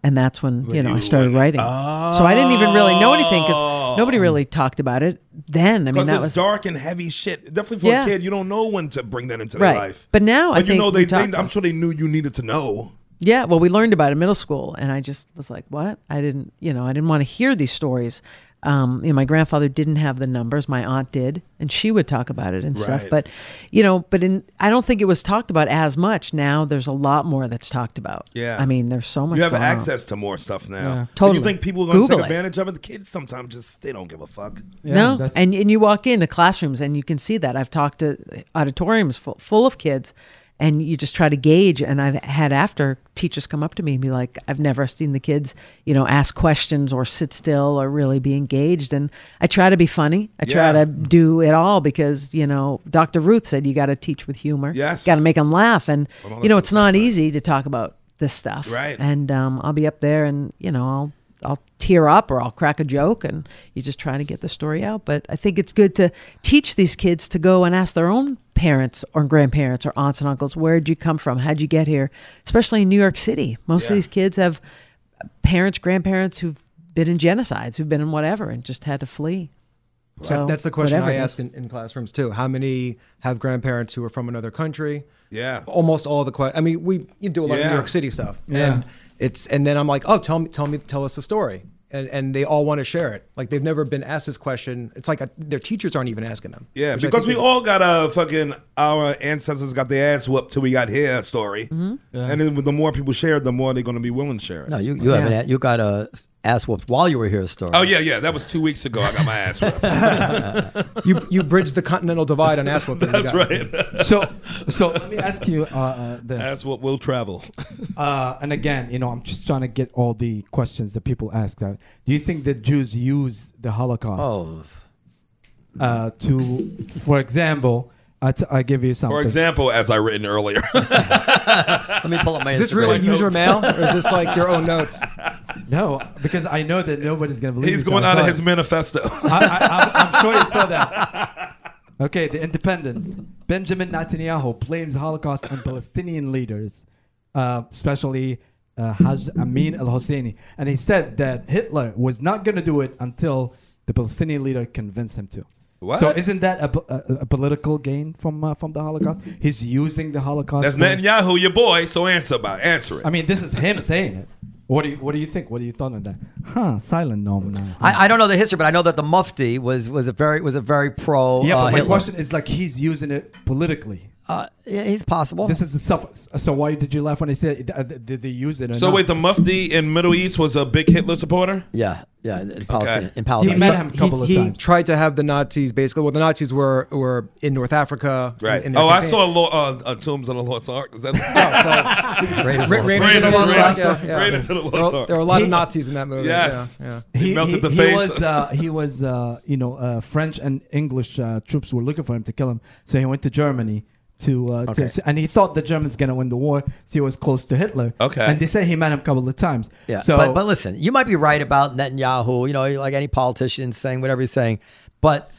D: And that's when you know I
B: you
D: started
B: went-
D: writing. So I didn't even really know anything
B: Oh.
D: because nobody really talked about it then. I mean,
B: Because
D: that
B: it's
D: was
B: dark and heavy shit. Definitely for
D: Yeah.
B: a kid, you don't know when to bring that into
D: Right.
B: their life.
D: But now I
B: But you
D: think
B: know,
D: we
B: they,
D: talk
B: they- I'm
D: about-
B: sure they knew you needed to know.
D: Yeah, well, we learned about it in middle school, and I just was like, "What?" I didn't, you know, I didn't want to hear these stories. Um, you know, my grandfather didn't have the numbers. My aunt did, and she would talk about it and stuff.
B: Right.
D: But, you know, but in I don't think it was talked about as much. Now there's a lot more that's talked about.
B: Yeah.
D: I mean, there's so much.
B: You have
D: going on.
B: access to more stuff now. And
D: Totally.
B: You think people are going to
D: Google
B: take
D: it.
B: advantage of it? The kids sometimes just they don't give a fuck.
A: Yeah,
D: no,
A: that's-
D: and and you walk into classrooms and you can see that. I've talked to auditoriums full, full of kids, and you just try to gauge. And I've had after teachers come up to me and be like, "I've never seen the kids, you know, ask questions or sit still or really be engaged." And I try to be funny. I try
B: Yeah.
D: to do it all because you know, Dr. Ruth said you got to teach with humor.
B: Yes.
D: got to make them laugh, and
B: Well,
D: you know,
B: that's
D: it's not easy to talk about this stuff.
B: Right.
D: And um, I'll be up there, and you know, I'll I'll tear up or I'll crack a joke, and you're just trying to get the story out. But I think it's good to teach these kids to go and ask their own parents or grandparents or aunts and uncles, "Where'd you come from? How'd you get here?" Especially in New York City, most
B: Yeah.
D: of these kids have parents, grandparents who've been in genocides, who've been in whatever, and just had to flee.
E: That-
D: So,
E: that's the question
D: whatever
E: I
D: it is.
E: ask in, in classrooms too. How many have grandparents who are from another country?
B: Yeah.
E: Almost all the questions. I mean, we you do a lot of
B: Yeah.
E: New York City stuff,
A: Yeah.
E: and it's and then I'm like, oh, tell me, tell me, tell us the story, and and they all want to share it. Like they've never been asked this question. It's like a, their teachers aren't even asking them.
B: Yeah,
E: which I
B: because we
E: think is-
B: all got a fucking our ancestors got their ass whooped till we got here story, and then the more people share, it, the more they're going to be willing to share it.
C: No, you you haven't a- you got a ass whooped while you were here story.
B: Oh yeah, yeah, that was two weeks ago. I got my ass whooped.
E: you you bridge the continental divide on ass whooping.
B: That's right.
A: so so let me ask you uh, uh, this.
B: That's what we'll travel.
A: Uh, and again, you know, I'm just trying to get all the questions that people ask. Uh, do you think that Jews use the Holocaust
C: Oh,
A: uh, to, for example, I, t- I give you something.
B: For example, as I written earlier.
C: let me pull up my.
E: Is this
C: Instagram.
E: really user mail, or is this like your own notes?
A: No, because I know that nobody's going to believe
B: He's
A: me, so
B: going
A: I
B: out of
A: thought-
B: his manifesto.
A: I, I, I'm, I'm sure you saw that. Okay, the Independence. Benjamin Netanyahu blames Holocaust on Palestinian leaders, uh, especially uh, Haj Amin al Husseini. And he said that Hitler was not going to do it until the Palestinian leader convinced him to.
B: What?
A: So isn't that a, po- a, a political gain from uh, from the Holocaust? He's using the Holocaust.
B: That's
A: for-
B: Netanyahu, your boy. So answer about it. answer it.
A: I mean, this is him saying it. What do you What do you think? What do you thought on that? Huh? Silent no. no.
C: I, I don't know the history, but I know that the Mufti was was a very was a very pro.
A: yeah,
C: uh,
A: but my
C: Hitler.
A: question is like he's using it politically.
C: Uh, yeah, it's possible.
A: This is the stuff. So why did you laugh when I said? uh, Did they use it? Or
B: So
A: not?
B: wait, the Mufti in Middle East was a big Hitler supporter.
C: yeah, yeah, in Palestine.
B: Okay.
C: In
A: He
C: Palestine.
A: met
C: So-
A: him a couple of
E: he, he
A: times.
E: tried to have the Nazis basically. Well, the Nazis were were in North Africa. in-
B: Right.
E: in their
B: oh, I
E: campaign.
B: saw a lo- uh, uh, Tombs of the Lost Ark. Is that no,
C: Raiders
E: Ra-
C: lost.
E: Raiders
B: Raiders,
E: of the Lost
A: Raiders,
E: Ark, yeah, yeah.
B: Raiders of the
E: There
B: Lost
E: were-
B: Ark?
E: There were a lot of
A: He-
E: Nazis in that movie.
B: yes.
E: Yeah. yeah.
B: He, melted the
A: he
B: face.
A: was uh, he was uh, you know uh, French and English uh, troops were looking for him to kill him, so he went to Germany to, uh,
C: Okay.
A: to and he thought the Germans gonna win the war, so he was close to Hitler.
B: Okay.
A: and they say he met him a couple of times.
C: Yeah.
A: so
C: but, but listen, you might be right about Netanyahu, you know, like any politician saying whatever he's saying, but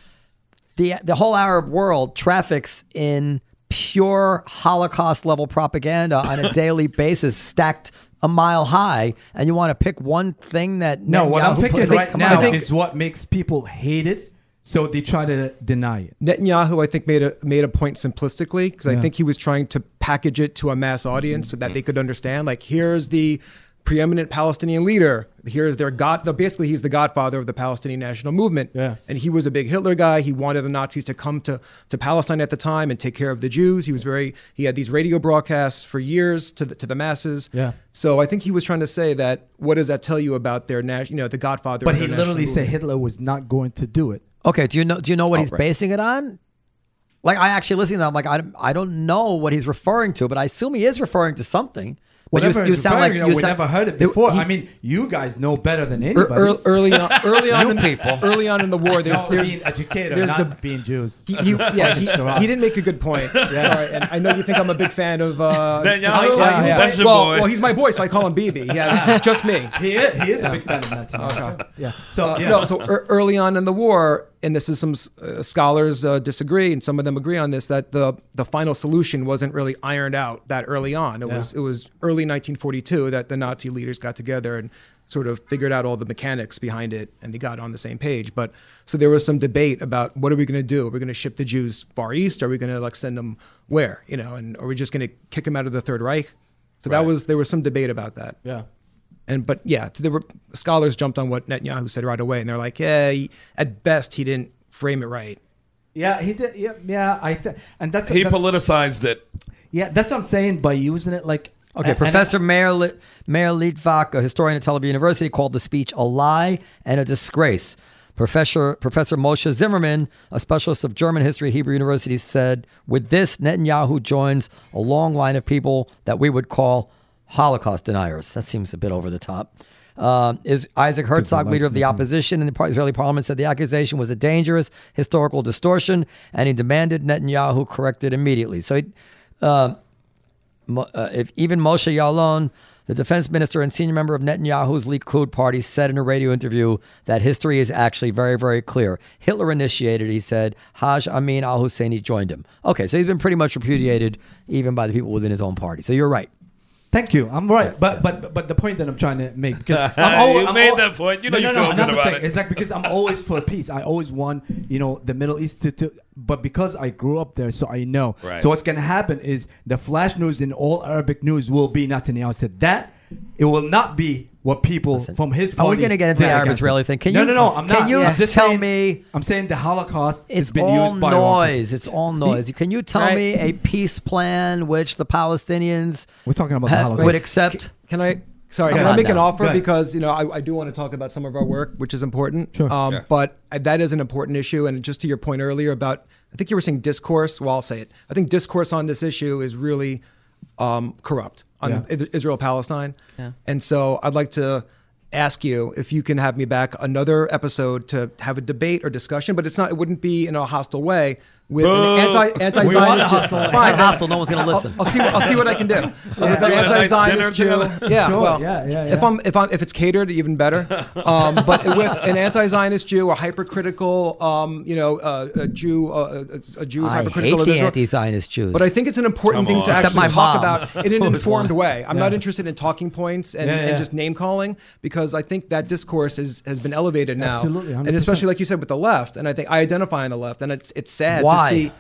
C: the the whole Arab world traffics in pure Holocaust level propaganda on a daily basis, stacked a mile high, and you want to pick one thing that
A: no, what I'm
C: Netanyahu
A: picking
C: puts-
A: right
C: Come
A: now
C: on, I think-
A: is what makes people hate it, so they try to deny it.
E: Netanyahu, I think, made a made a point simplistically because
A: Yeah.
E: I think he was trying to package it to a mass audience so that they could understand. Like, here's the preeminent Palestinian leader. Here's their god. the- Basically, he's the godfather of the Palestinian national movement.
A: Yeah.
E: and he was a big Hitler guy. He wanted the Nazis to come to to Palestine at the time and take care of the Jews. He was very he had these radio broadcasts for years to the to the masses.
A: Yeah.
E: So I think he was trying to say that what does that tell you about their national, you know, the godfather.
A: But
E: of
A: he
E: their
A: literally
E: national
A: said Hitler was not going to do it.
C: okay, do you know do you know what he's
E: right.
C: basing it on? Like I actually listened to that, I'm like, I, don't- I don't know what he's referring to, but I assume he is referring to something. But you,
A: Whatever
C: you
A: is
C: sound
A: referring,
C: like
A: you know,
C: you
A: we
C: sound-
A: never heard it
C: you-
A: before.
C: he-
A: I mean, you guys know better than
E: Ear-
A: anybody.
E: ear- early on, early on, in,
C: people.
E: early on in the war, there's,
A: no,
E: there's
A: being educated,
E: there's
A: not
E: the-
A: being Jews.
E: He, he, yeah, he,
A: Sharad.
E: he didn't make a good point. Sorry, and I know you think I'm a big fan of. Uh,
B: Netanyahu,
E: yeah,
B: like,
E: yeah.
B: that's your
E: well,
B: boy.
E: well, he's my boy, so I call him BB. He has just me.
A: He is, he is a big fan of Netanyahu. Yeah. So
E: Uh,
A: yeah.
E: No, so ear- early on in the war, and this is some s- uh, scholars uh, disagree, and some of them agree on this that the the final solution wasn't really ironed out that early on. It was it was early 1942 that the Nazi leaders got together and sort of figured out all the mechanics behind it, and they got on the same page. But so there was some debate about what are we going to do? Are we going to ship the Jews far east? Are we going to like send them where? You know, and are we just going to kick them out of the Third Reich? So that was there was some debate about that.
A: yeah.
E: And but yeah, there were scholars jumped on what Netanyahu said right away, and they're like, yeah, he- at best he didn't frame it right.
A: Yeah, he did. Yeah, yeah. I th- and that's
B: he
A: that-
B: politicized it.
A: yeah, that's what I'm saying by using it like
C: Okay,
A: and-
C: Professor Mayor, Li- Mayor Litvak, a historian at Tel Aviv University, called the speech a lie and a disgrace. Professor Professor Moshe Zimmerman, a specialist of German history at Hebrew University, said, "With this, Netanyahu joins a long line of people that we would call Holocaust deniers." That seems a bit over the top. Um, is Isaac Herzog, leader of the opposition in the par- Israeli parliament, said the accusation was a dangerous historical distortion, and he demanded Netanyahu correct it immediately. So he. um Mo- uh, if even Moshe Yalon, the defense minister and senior member of Netanyahu's Likud party, said in a radio interview that history is actually very, very clear. Hitler initiated, he said. Haj Amin al Husseini joined him. Okay, so he's been pretty much repudiated even by the people within his own party. So you're right.
A: Thank you. I'm right, but but but the point that I'm trying to make because I'm
B: You
A: always,
B: made that point. You know
A: no,
B: you
A: no,
B: feel
A: no,
B: good
A: another
B: about
A: thing
B: it.
A: is like because I'm always for peace. I always want you know the Middle East to, to but because I grew up there, so I know.
B: Right.
A: So what's gonna happen is the flash news in all Arabic news will be Netanyahu said that. It will not be what people from his
C: are
A: party.
C: we gonna get into the
A: think
C: Arab
A: against
C: Israeli
A: him.
C: thing? Can
A: no,
C: you-
A: no, no. I'm
C: can
A: not.
C: you
A: I'm just
C: tell
A: saying-
C: me-
A: I'm saying the Holocaust
C: It's
A: has been
C: all
A: used by wrong people.
C: noise. It's all noise. You- Can you tell
E: Right.
C: me a peace plan which the Palestinians
A: We're talking about the
C: have-
A: Holocaust.
C: would accept?
E: Can I? Sorry,
C: Come
E: can I
C: on
E: make an
C: now.
A: Go
E: offer
A: ahead.
E: because you know I, I do want to talk about some of our work, which is important.
A: Sure.
E: Um,
B: Yes.
E: But I- that is an important issue, and just to your point earlier about, I think you were saying discourse. Well, I'll say it. I think discourse on this issue is really um, corrupt on
A: Yeah.
E: Israel Palestine, and so I'd like to ask you if you can have me back another episode to have a debate or discussion, but it's not. It wouldn't be in a hostile way with
B: Boo.
E: an anti anti
A: We want a
E: Zionist.
A: hostile way.
C: Not hostile, no one's gonna listen.
E: I'll, I'll see. I'll see what I can do. With
A: You want
E: an
A: a nice
E: anti-Zionist
B: dinner
E: Jew.
B: together?
E: Yeah,
A: Sure,
E: well,
A: yeah, yeah,
E: if
A: yeah.
E: I'm if I'm if it's catered, even better. Um, but with an anti-Zionist Jew, a hypercritical, um, you know, uh, a Jew, uh, a, a Jew is
C: I
E: hypercritical
C: hate
E: of
C: the
E: Israel.
C: anti-Zionist Jews.
E: but I think it's an important
B: Come
E: thing to
B: on.
E: actually
C: Except my
E: talk
C: mom.
E: about in an
C: Always
E: informed
C: wanted-
E: way. I'm not
A: Yeah.
E: interested in talking points and,
A: Yeah, yeah,
E: and just
A: yeah.
E: name calling because I think that discourse is, has been elevated now.
A: Absolutely,
E: and
A: 100%.
E: especially like you said with the left. And I think I identify on the left, and it's it's sad
C: Why?
E: to see.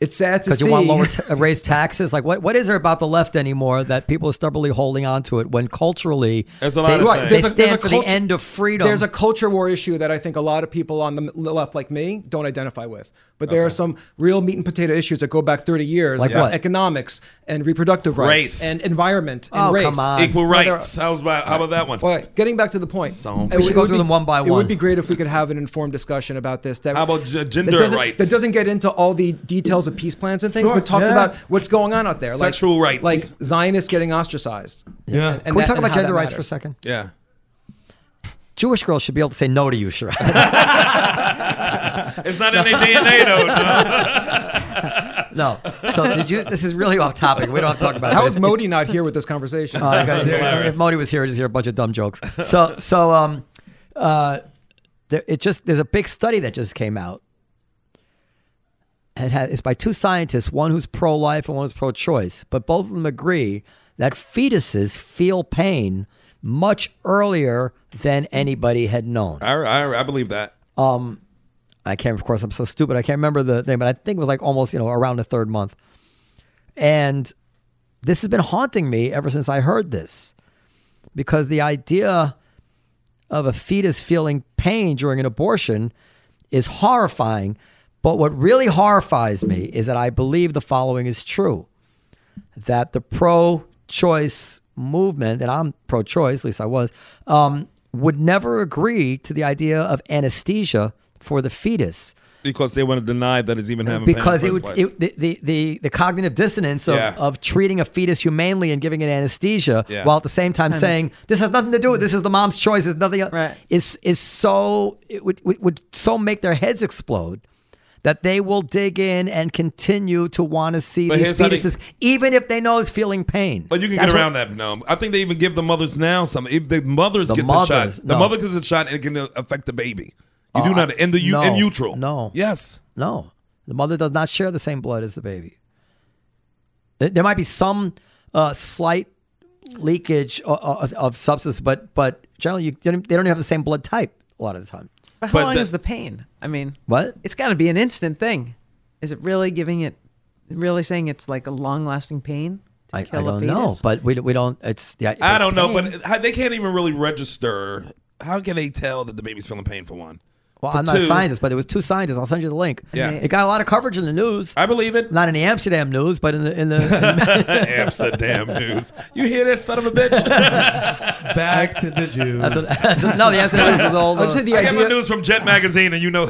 E: It's sad to
C: Because
E: see.
C: you want lower t- uh, raise taxes? Like, what, what is there about the left anymore that people are stubbornly holding on to it when culturally
B: There's a lot
C: they,
B: of Right,
C: they
B: things. there's
E: a- there's
C: stand
E: a
C: for
E: cultu-
C: the end of freedom?
E: There's a culture war issue that I think a lot of people on the m- left, like me, don't identify with. But there are some real meat and potato issues that go back 30 years,
C: Like
E: about
C: what?
E: economics and reproductive
B: Race.
E: rights and environment and
C: Oh,
E: race.
C: come on.
B: Equal
E: Well, Uh, there
B: rights. How's about, how about that one?
E: All right, getting back to the point.
B: So-
E: It
B: We
E: would-
C: should
E: it
C: go
E: would
C: through
E: be-
C: them one by
E: It
C: one.
E: would be great if we could have an informed discussion about this. That
B: How about g- gender
E: that doesn't,
B: rights?
E: That doesn't get into all the details of peace plans and things,
A: Sure,
E: but talks
A: yeah.
E: about what's going on out there. like-
B: Sexual rights.
E: Like Zionists getting ostracized.
A: Yeah.
E: And
C: Can we
E: that-
C: talk
E: and
C: about
E: how that
C: gender rights for a
E: matters.
C: second?
B: Yeah.
C: Jewish girls should be able to say no to you, Sharad.
B: It's not in their DNA though. No.
C: No. So did you? This is really off topic. We don't have to talk about.
E: How
C: it.
E: is Modi not here with this conversation?
C: Uh, I got-
B: Hilarious.
C: if Modi was here, he'd hear a bunch of dumb jokes. So so um, uh, there, it just there's a big study that just came out. It has, it's by two scientists, one who's pro-life and one who's pro-choice, but both of them agree that fetuses feel pain much earlier than anybody had known.
B: I, I, I believe that.
C: I can't, of course, I'm so stupid. I can't remember the thing, but I think it was like almost, you know, around the third month. And this has been haunting me ever since I heard this because the idea of a fetus feeling pain during an abortion is horrifying. But what really horrifies me is that I believe the following is true that the pro choice movement, and I'm pro choice, at least I was, um, would never agree to the idea of anesthesia for the fetus
B: Because they want to deny that it's even having
C: because
B: pain
C: it
B: in the
C: would
B: first place.
C: it, the, the, the the cognitive dissonance of,
B: Yeah.
C: of treating a fetus humanely and giving it anesthesia
B: Yeah.
C: while at the same time saying this has nothing to do with this is the mom's choice is nothing el-"
D: Right.
C: is is so it would, would would so make their heads explode that they will dig in and continue to want to see
B: But
C: these
B: here's how they-
C: fetuses even if they know it's feeling pain
B: but you can
C: That's
B: get
C: what-
B: around that. No, I think they even give the mothers now some. If the mothers
C: The
B: get
C: mothers,
B: the shot,
C: no.
B: the
C: Uh,
B: mother gets the shot, it can affect the baby. You do not in the u-
C: no,
B: in utero.
C: no.
B: Yes.
C: No, the mother does not share the same blood as the baby. There, there might be some uh, slight leakage of, of, of substance, but but generally you, they don't- they don't have the same blood type a lot of the time.
D: But how
B: But
D: long
B: the-
D: is the pain? I mean,
C: What?
D: It's got to be an instant thing. Is it really giving it? Really saying it's like a long-lasting pain to
C: I, I
D: kill a
C: don't
D: fetus?
C: know, but we, we don't. It's yeah.
B: I
C: it's
B: don't know,
C: pain.
B: but how, they can't even really register. How can they tell that the baby's feeling pain for one?
C: well,
B: For
C: I'm not
B: two-
C: a scientist, but there was two scientists. I'll send you the link.
B: Yeah.
C: it got a lot of coverage in the news.
B: I believe it.
C: not in the Amsterdam news, but in the in the.
B: Amsterdam news. You hear this, son of a bitch?
A: Back to the Jews.
C: in- that's what- no, the Amsterdam news is all.
E: I would say
C: The,
E: the
B: I get my
E: idea.
B: news from Jet Magazine, and you know.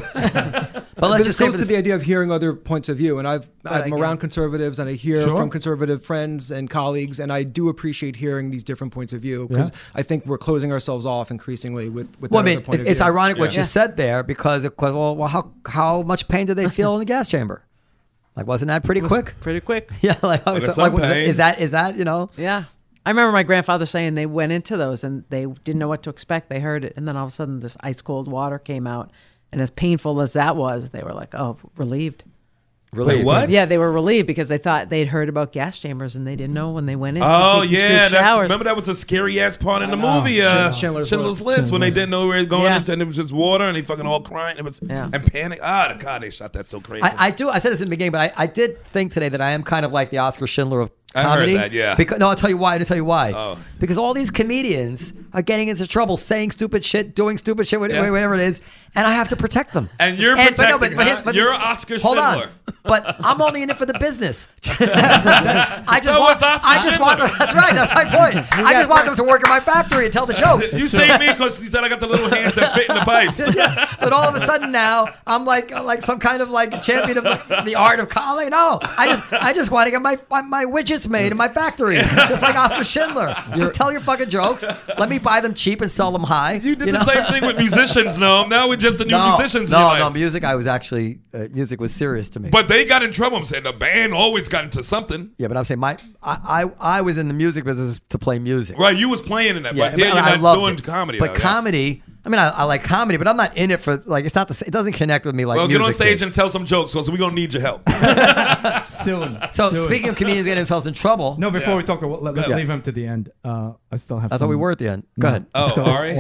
C: but let's just
E: But this
C: say
E: comes
C: for
E: to
C: this-
E: the idea of hearing other points of view, and I've I'm
D: again-
E: around conservatives, and I hear
A: Sure.
E: from conservative friends and colleagues, and I do appreciate hearing these different points of view because
A: Yeah.
E: I think we're closing ourselves off increasingly with with
C: Well, I
E: that
C: mean,
E: other point
C: it-
E: of
C: it's
E: view.
C: ironic what
B: Yeah.
C: you said there because, it, 'cause, well, well, how how much pain did they feel in the gas chamber? Like, wasn't that pretty quick?
D: Pretty quick.
C: Yeah, like, I was-
B: there's
C: like
B: some
C: was it-
B: pain.
C: is that is that you know?
D: Yeah. I remember my grandfather saying they went into those and they didn't know what to expect. They heard it, and then all of a sudden, this ice cold water came out. And as painful as that was, they were like, oh, relieved.
B: Wait, what?
D: Yeah, they were relieved because they thought they'd heard about gas chambers and they didn't know when they went in.
B: Oh
D: Taking
B: yeah,
D: scoop
B: that-
D: showers.
B: remember that was a scary ass part in the movie, uh, Schindler's,
E: Schindler's List.
B: List, when they didn't know where it was going,
D: Yeah.
B: into, and it was just water, and they fucking all crying, it was
D: Yeah.
B: and panic. Ah, the God, they shot that so crazy.
C: I, I do. I said this in the beginning, but I, I did think today that I am kind of like the Oscar Schindler of
B: I heard
C: comedy.
B: that, yeah.
C: Because, no, I'll tell you why. I'll tell you why.
B: Oh.
C: Because all these comedians are getting into trouble, saying stupid shit, doing stupid shit, whatever,
B: Yeah.
C: whatever it is, and I have to protect them.
B: And you're protecting, huh?
C: here's-
B: You're Oscar
C: hold
B: Schindler.
C: On. But I'm only in it for the business. I just
B: So
C: want.
B: was Oscar
C: I just want.
B: Schindler.
C: That's right. That's my point. I just want them to work in my factory and tell the jokes.
B: you saved me because you said I got the little hands that fit in the pipes.
C: Yeah, but all of a sudden now I'm like I'm like some kind of like champion of like, the art of comedy. No, I just I just want to get my, my my widgets made in my factory, just like Oscar Schindler. just tell your fucking jokes. Let me buy them cheap and sell them high.
B: You did the same thing with musicians, no. Now we're just the new
C: No,
B: musicians. in
C: no,
B: your
C: no,
B: life.
C: music. I was actually uh, music was serious to me.
B: but they got in trouble. I'm saying the band always got into something.
C: yeah, but I'm saying my I, I I was in the music business to play music.
B: Right, you was playing in that,
C: Yeah,
B: but here
C: but
B: you're
C: I
B: not
C: loved
B: doing
C: it.
B: comedy.
C: But
B: though, yeah.
C: comedy, I mean, I, I like comedy, but I'm not in it for like it's not the. s- It doesn't connect with me like
B: Well,
C: music.
B: get on stage
C: did.
B: and tell some jokes because we're gonna need your help.
A: Soon.
C: So
A: soon.
C: speaking of comedians getting themselves in trouble,
A: No, before
B: Yeah.
A: we talk, let, let's
B: Yeah.
A: leave him to the end. Uh, I still have.
C: I thought we were at the end. Go ahead.
B: Oh, Ari?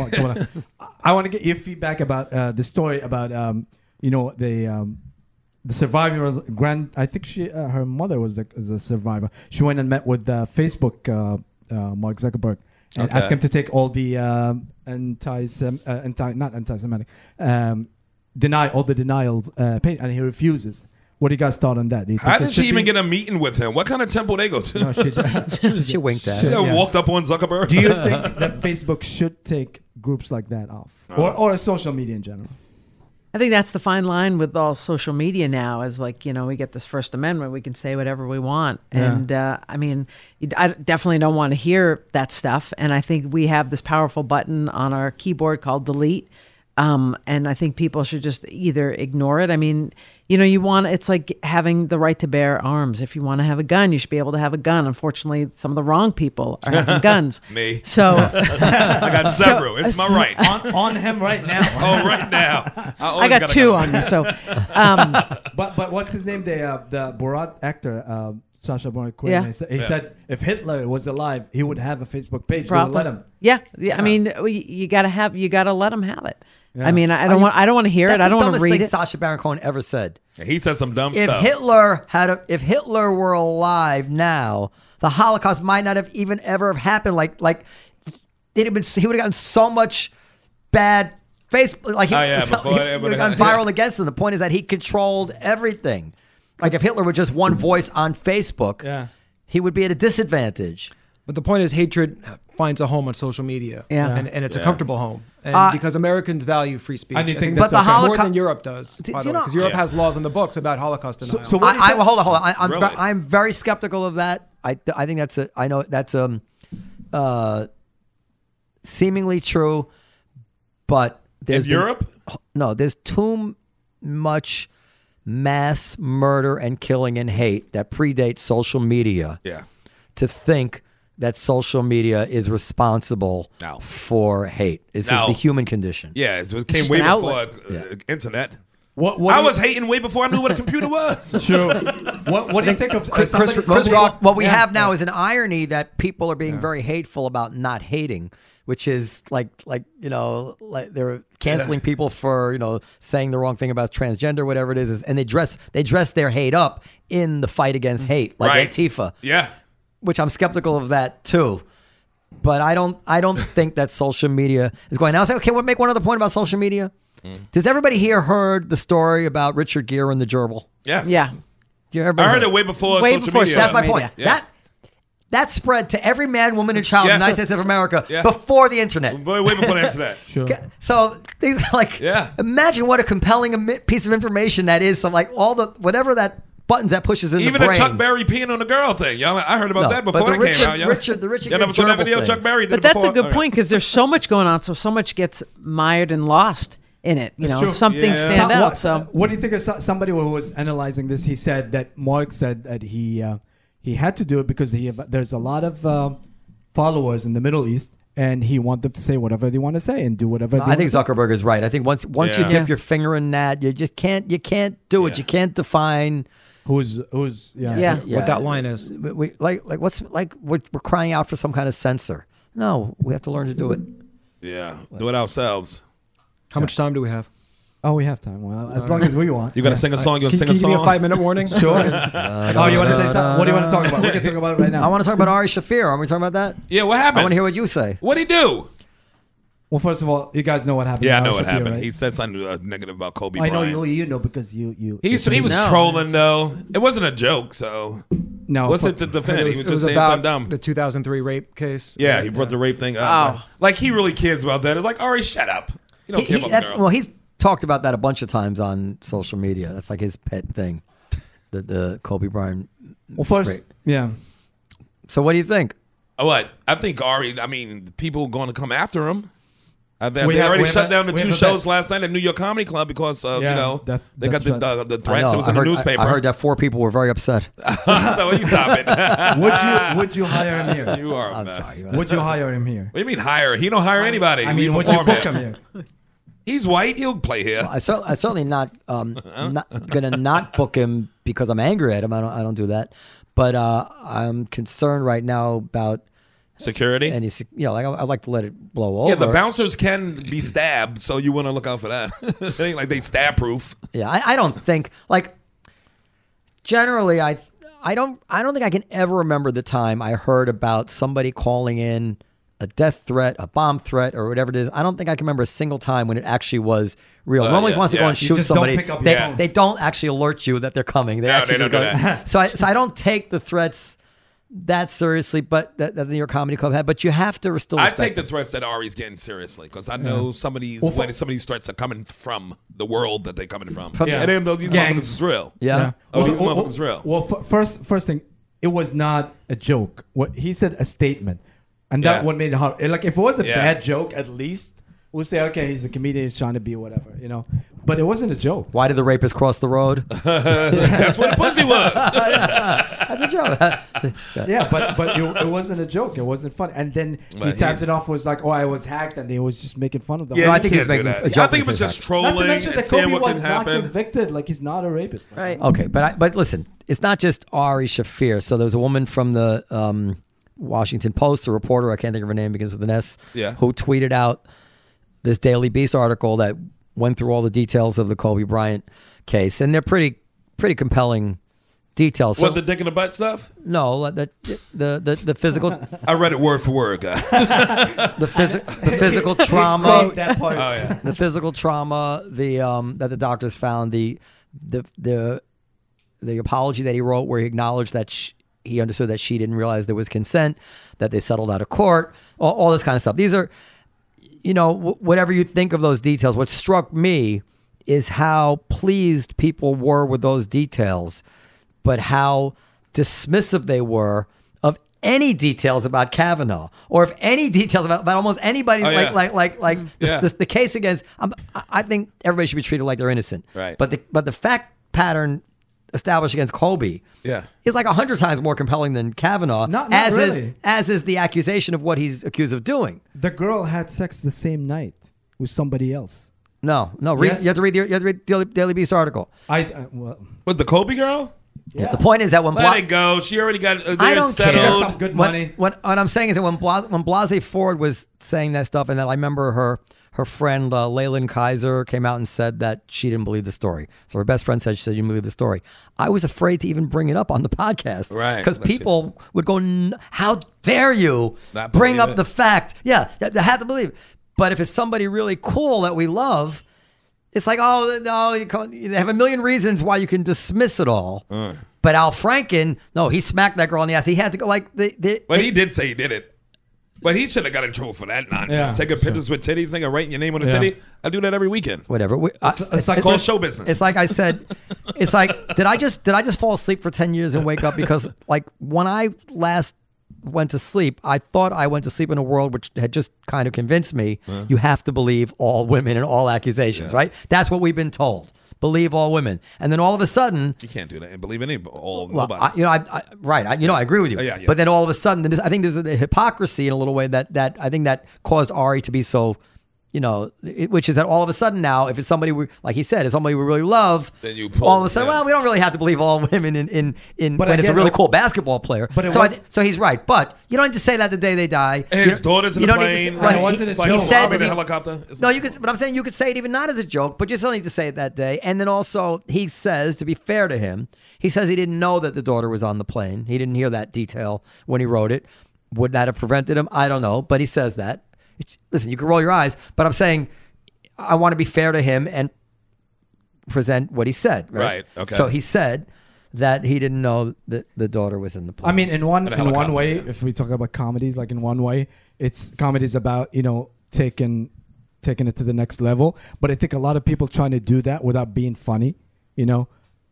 A: I want to get your feedback about uh, the story about um, you know the um, the survivor was grand. I think she, uh, her mother was the, the survivor. She went and met with uh, Facebook, uh, uh, Mark Zuckerberg, and asked
B: Okay.
A: him to take all the um, anti, sem uh, anti, not anti-Semitic, um, deny all the denial uh, pain, and he refuses. What do you guys thought on that? Do you
B: How
A: think it
B: did she
A: should
B: even
A: be-
B: get a meeting with him? What kind of temple they go to?
A: No, she,
C: She winked at
A: She-
C: it.
B: They
A: yeah.
B: walked up on Zuckerberg.
A: Do you think that Facebook should take groups like that off, or or social media in general?
D: I think that's the fine line with all social media now is like, you know, we get this First Amendment, we can say whatever we want.
A: Yeah.
D: And uh, I mean, you d- I definitely don't want to hear that stuff. And I think we have this powerful button on our keyboard called delete. Um, and I think people should just either ignore it. I mean, you know, you want it's like having the right to bear arms. If you want to have a gun, you should be able to have a gun. Unfortunately, some of the wrong people are having guns.
B: Me.
D: So
B: I got several. it's my
D: so-
B: right.
A: on, on him right now.
B: oh, right now. I,
D: I
B: always
D: got
B: gotta
D: two
B: go.
D: on you. So um,
A: But but what's his name? The uh, the Borat actor uh, Sasha Baron Cohen.
D: Yeah.
A: He, said, he said if Hitler was alive, he would have a Facebook page. They would
D: Probably.
A: let him.
D: Yeah, yeah. I mean, we- you gotta have, you gotta let them have it. I mean, I don't
C: you-
D: want, I don't want to hear it.
C: That's
D: I
C: the
D: don't want to
C: dumbest
D: read
C: thing
D: it.
C: Sasha Baron Cohen ever said.
B: He said some dumb
C: If
B: stuff.
C: Hitler had, a, if Hitler were alive now, the Holocaust might not have even ever have happened. Like, like it had been, he would have gotten so much bad Facebook, like he,
B: Oh, yeah,
C: so-
B: before
C: he
B: it
C: would
B: would've
C: have gone
B: happened.
C: viral against him. The point is that he controlled everything. Like if Hitler were just one voice on Facebook,
A: Yeah.
C: he would be at a disadvantage.
E: But the point is, hatred finds a home on social media.
D: Yeah.
E: And, and it's
B: Yeah.
E: a comfortable home. And
C: Uh,
E: because Americans value free speech.
A: And you
E: I
A: think
E: that's
A: that's
E: more
A: okay.
E: than
C: Holocaust-
E: Europe does,
C: Do-
E: by
C: do
E: the
C: you
E: way,
C: know-
E: because Europe
B: Yeah.
E: has laws in the books about Holocaust
A: So,
E: denial.
A: so what do you
C: I, I
A: think-
C: well, hold on, hold on. I, I'm
B: Really?
C: ver- I'm very skeptical of that. I th- I think that's a I know that's um uh seemingly true, but
B: in
C: there's been-
B: Europe?
C: no, there's too much mass murder and killing and hate that predates social media
B: Yeah.
C: to think that social media is responsible
B: No.
C: for hate. It's
B: No.
C: just the human condition.
B: Yeah, it was-
D: It's
B: came
D: just
B: way
D: an
B: before uh,
D: outlet.
B: uh, internet.
A: What, what
B: I
A: do you-
B: was hating way before I knew what a computer was.
A: True. what what do you think of uh,
E: Chris-
A: somebody-
E: Chris-
C: What
E: Chris
C: we-
E: Rock-
C: What we have now is an irony that people are being very hateful about not hating, which is like like you know like they're canceling people for you know saying the wrong thing about transgender, whatever it is, and they dress they dress their hate up in the fight against hate, like
B: Right.
C: Antifa,
B: yeah.
C: which I'm skeptical of that too. But I don't I don't think that social media is going. Now, say, okay, we'll make one other point about social media.
B: Mm.
C: Does everybody here heard the story about Richard Gere and the gerbil?
B: Yes.
D: yeah,
C: Yeah,
B: I
C: everybody
B: heard it way before
D: Way
B: social
D: before
B: media.
C: that's
D: social
C: my point.
B: media.
C: That that spread to every man, woman, and child in the
B: Yeah.
C: United States of America
B: Yeah.
C: before the internet.
B: Way, way before the internet.
A: Sure.
C: Okay, So things like,
B: Yeah.
C: imagine what a compelling ami- piece of information that is. So like all the whatever that buttons that pushes in
B: Even
C: the
B: the
C: brain.
B: Chuck Berry peeing on the girl thing, y'all. I heard about
C: No,
B: that
C: but
B: before
C: the
B: that
C: Richard-
B: came out, y'all.
C: Richard- the Richard
B: Y'all never
C: Gere
B: saw that
C: gerbil
B: video
C: thing.
B: Chuck Berry did
D: but that's
B: before?
D: a good
B: Okay.
D: point because there's so much going on, so so much gets mired and lost in it. You
A: That's
D: know,
A: true.
D: some things
B: Yeah.
D: stand
A: Some-
D: out.
A: what,
D: So
A: what do you think of so- somebody who was analyzing this? He said that Mark said that he uh, he had to do it because he there's a lot of um, followers in the Middle East, and he want them to say whatever they want to say and do whatever. they
C: I
A: want
C: think
A: to do.
C: Zuckerberg is right. I think once once you
B: Yeah.
C: dip
D: Yeah.
C: your finger in that, you just can't you can't do it.
B: Yeah.
C: You can't define.
A: Who's who's yeah.
D: yeah,
C: Yeah.
E: what that line is.
C: We, we- like like what's like we're, we're crying out for some kind of censor. No, we have to learn to do it.
B: Yeah. Do it ourselves.
E: How much time do we have?
A: Oh, we have time. Well, as long as we want.
B: You gotta sing a song. You gonna
E: Can,
B: sing
E: can
B: a
E: you give
B: song?
E: me a five minute warning?
A: Sure. oh, you want to say something? What do you want to talk about? We can talk about it right now.
C: I want to talk about Ari Shafir. Are we talking about that?
B: Yeah. What
C: I want
B: happened?
C: to hear what you say.
B: What'd he do?
A: well, first of all, you guys know what happened.
B: Yeah, I
A: to
B: know
A: Al
B: what
A: Shapiro,
B: happened.
A: right?
B: He said something uh, negative about Kobe
A: I know
B: Bryant.
A: you. You know because you you.
B: He's, he was
D: No.
B: trolling though. It wasn't a joke. So
A: No,
B: what's
A: for-
B: it to
E: I
B: defend?
E: think
B: He
E: it
B: was,
E: was, it
B: just
E: was
B: saying
E: about
B: something dumb.
E: the 2003 rape case.
B: yeah, he brought the rape thing up.
D: Oh.
B: Like he really cares about that. It's like Ari, shut up. You don't
C: He-
B: care
C: he-
B: about the
C: that's-
B: girl.
C: well, he's talked about that a bunch of times on social media. That's like his pet thing, the, the Kobe Bryant.
A: Well, first,
C: Great.
A: yeah.
C: So, what do you think?
B: what? I think Ari. I mean, the people going to come after him. I think
A: We
B: they
A: have-
B: already
A: we have
B: shut
A: a-
B: down the
A: we
B: two
A: have a
B: shows
A: bet.
B: last night at New York Comedy Club because of,
A: Yeah,
B: you know
A: death-
B: they got
A: death
B: the, uh,
A: threats.
B: the threats.
C: I,
B: It
C: know,
B: was
C: I
B: in
C: heard,
B: the
C: I-
B: newspaper.
C: I, heard that four people were very upset.
B: so you stop it.
A: Would you would you hire him here?
B: you are. A
C: I'm
B: mess.
C: sorry.
B: What
A: Would you hire him here?
B: do you mean hire? He don't hire anybody.
A: I
B: We
A: mean, would you
B: perform
A: book
B: here.
A: him here?
B: He's white. He'll play here.
C: I, cer- I certainly not um, not gonna not book him because I'm angry at him. I don't I don't do that. But uh, I'm concerned right now about
B: Security.
C: any sec- you know like I, I'd like to let it blow over.
B: Yeah, the bouncers can be stabbed, so you want to look out for that. it ain't like they stab proof.
C: Yeah, I, I don't think like generally I I don't I don't think I can ever remember the time I heard about somebody calling in a death threat, a bomb threat, or whatever it is. I don't think I can remember a single time when it actually was real. Normally, if
B: Uh, yeah,
C: you want to
B: yeah.
C: go and
B: You
C: shoot
A: just don't
C: somebody,
A: pick up your
C: they,
A: phone.
C: they don't actually alert you that they're coming. They
B: No,
C: actually
B: they
C: just
B: don't
C: go-
B: do that.
C: So I so I don't take the threats that seriously, but that, that the New York Comedy Club had. But you have to still.
B: I
C: Respect
B: take
C: them.
B: the threats that Ari's getting seriously because I know some of these
A: Well, for-
B: where some of these threats are coming from the world that they're coming from,
C: From-
B: and then those these
A: Gangs.
B: motherfuckers is real.
C: Yeah.
B: Oh,
A: Well,
B: these
A: well,
B: motherfuckers real.
A: Well, f- first, first thing, it was not a joke. What he said, a statement, and that
B: Yeah.
A: what made it hard. Like if it was a
B: Yeah.
A: bad joke, at least we'll say, okay, he's a comedian, he's trying to be whatever, you know. But it wasn't a joke.
C: Why did the rapist cross the road?
B: That's where the pussy was.
C: That's a joke.
A: Yeah, but but it, it wasn't a joke. It wasn't fun. And then he
B: Well,
A: tapped
B: he-
A: it off was like, oh, I was hacked, and he was just making fun of them.
C: No, I
B: you
C: think he's
B: can't do
C: making
B: that.
C: a
B: I
C: joke
B: think
C: when
B: it was
C: he
B: just
C: says
A: Not to
B: trolling
A: mention
B: and
A: that
B: seeing
A: Kobe
B: what
A: was
B: can
A: not
B: happen.
A: convicted. Like he's not a rapist. Like,
D: Right.
C: Okay, but I, but listen, it's not just Ari Shafir. So there was a woman from the um, Washington Post, a reporter I can't think of her name begins with an S,
B: Yeah.
C: who tweeted out this Daily Beast article that went through all the details of the Kobe Bryant case, and they're pretty pretty compelling details. So
B: What the dick in the butt stuff?
C: no, the the the, the physical the,
B: I read it word for word, guy.
C: physi- the physical
A: He
C: trauma
A: claimed that part.
B: Oh yeah.
C: the physical trauma, the um, that the doctors found, the the the the apology that he wrote, where he acknowledged that sh he understood that she didn't realize there was consent, that they settled out of court, all, all this kind of stuff. These are, you know, w- whatever you think of those details. What struck me is how pleased people were with those details, but how dismissive they were of any details about Kavanaugh or if any details about, about almost anybody
B: Oh,
C: like,
B: yeah.
C: like like like the,
B: Yeah.
C: the, the case against I'm, I I think everybody should be treated like they're innocent.
B: Right.
C: But the but the fact pattern established against Colby
B: Yeah.
C: is like a hundred times more compelling than Kavanaugh.
A: Not- not
C: as is
A: really.
C: as is the accusation of what he's accused of doing.
A: The girl had sex the same night with somebody else.
C: No, no. Read,
A: Yes.
C: You have to read the, you have to read Daily, Daily Beast article.
A: I uh, well,
B: With the Kobe girl?
A: yeah.
C: The point is that when
B: Let
C: Bla-
B: it go. She already got. Uh,
C: I
B: they're
C: don't
A: She has
B: settled.
A: some good
C: when,
A: money.
C: When, what I'm saying is that when Blase, when Blase Ford was saying that stuff, and that I remember her her friend uh, Leyland Kaiser came out and said that she didn't believe the story. So her best friend said she said you believe the story. I was afraid to even bring it up on the podcast,
B: Right.
C: Because people would go, "N- "How dare you
B: Not
C: bring
B: believe
C: up
B: it."
C: the fact?" Yeah, th- they had to believe. But if it's somebody really cool that we love. It's like, oh no, you come, they have a million reasons why you can dismiss it all.
A: Mm.
C: But Al Franken, no, he smacked that girl in the ass. He had to go like the, the
B: But he did say he did it. But he should have got in trouble for that
A: Yeah,
B: nonsense. Taking pictures with titties, nigga, writing your name on a
A: Yeah.
B: titty. I do that every weekend.
C: whatever. We, I-
A: It's- it's like-
B: Called show business.
C: it's like I said, it's like did I just did I just fall asleep for ten years and wake up because like when I last went to sleep, I thought I went to sleep in a world which had just kind of convinced me
A: Mm.
C: you have to believe all women and all accusations, right? That's what we've been told. Believe all women, and then all of a sudden,
B: you can't do that and believe any all
C: Well,
B: nobody.
C: I, you know, I, I, right? I, you know, I agree with you.
B: Yeah, yeah, yeah.
C: But then all of a sudden, this, I think there's a hypocrisy in a little way that that I think that caused Ari to be so, you know, it, which is that all of a sudden now, if it's somebody we like he said, it's somebody we really love,
B: Then you pull-
C: all of a sudden,
B: yeah.
C: well, we don't really have to believe all women in in in
A: But
C: when it's a
A: again,
C: really
A: it-
C: cool basketball player.
A: but it
C: so I
A: was-
C: thi- so he's right. But you don't need to say that the day they die.
B: And
C: You
B: his
C: don't-
B: daughter's in
C: you
B: the
C: don't need to
B: plane.
C: say-
B: Right,
A: it wasn't a
C: he- he
A: joke.
C: said
A: Robbie
C: that
B: the
C: he-
B: helicopter. It's
C: No,
B: not-
C: you could. But I'm saying you could say it even not as a joke, but you still need to say it that day. And then also, he says to be fair to him, he says he didn't know that the daughter was on the plane. He didn't hear that detail when he wrote it. Would that have prevented him? I don't know, but he says that. Listen, you can roll your eyes, but I'm saying I want to be fair to him and present what he said. Right.
B: Right, okay.
C: So he said that he didn't know that the daughter was in the plane.
A: I mean, in one
B: And a
A: in one
B: helicopter,
A: way,
B: yeah.
A: if we talk about comedies, like in one way, it's comedies about you know taking taking it to the next level. But I think a lot of people trying to do that without being funny, you know,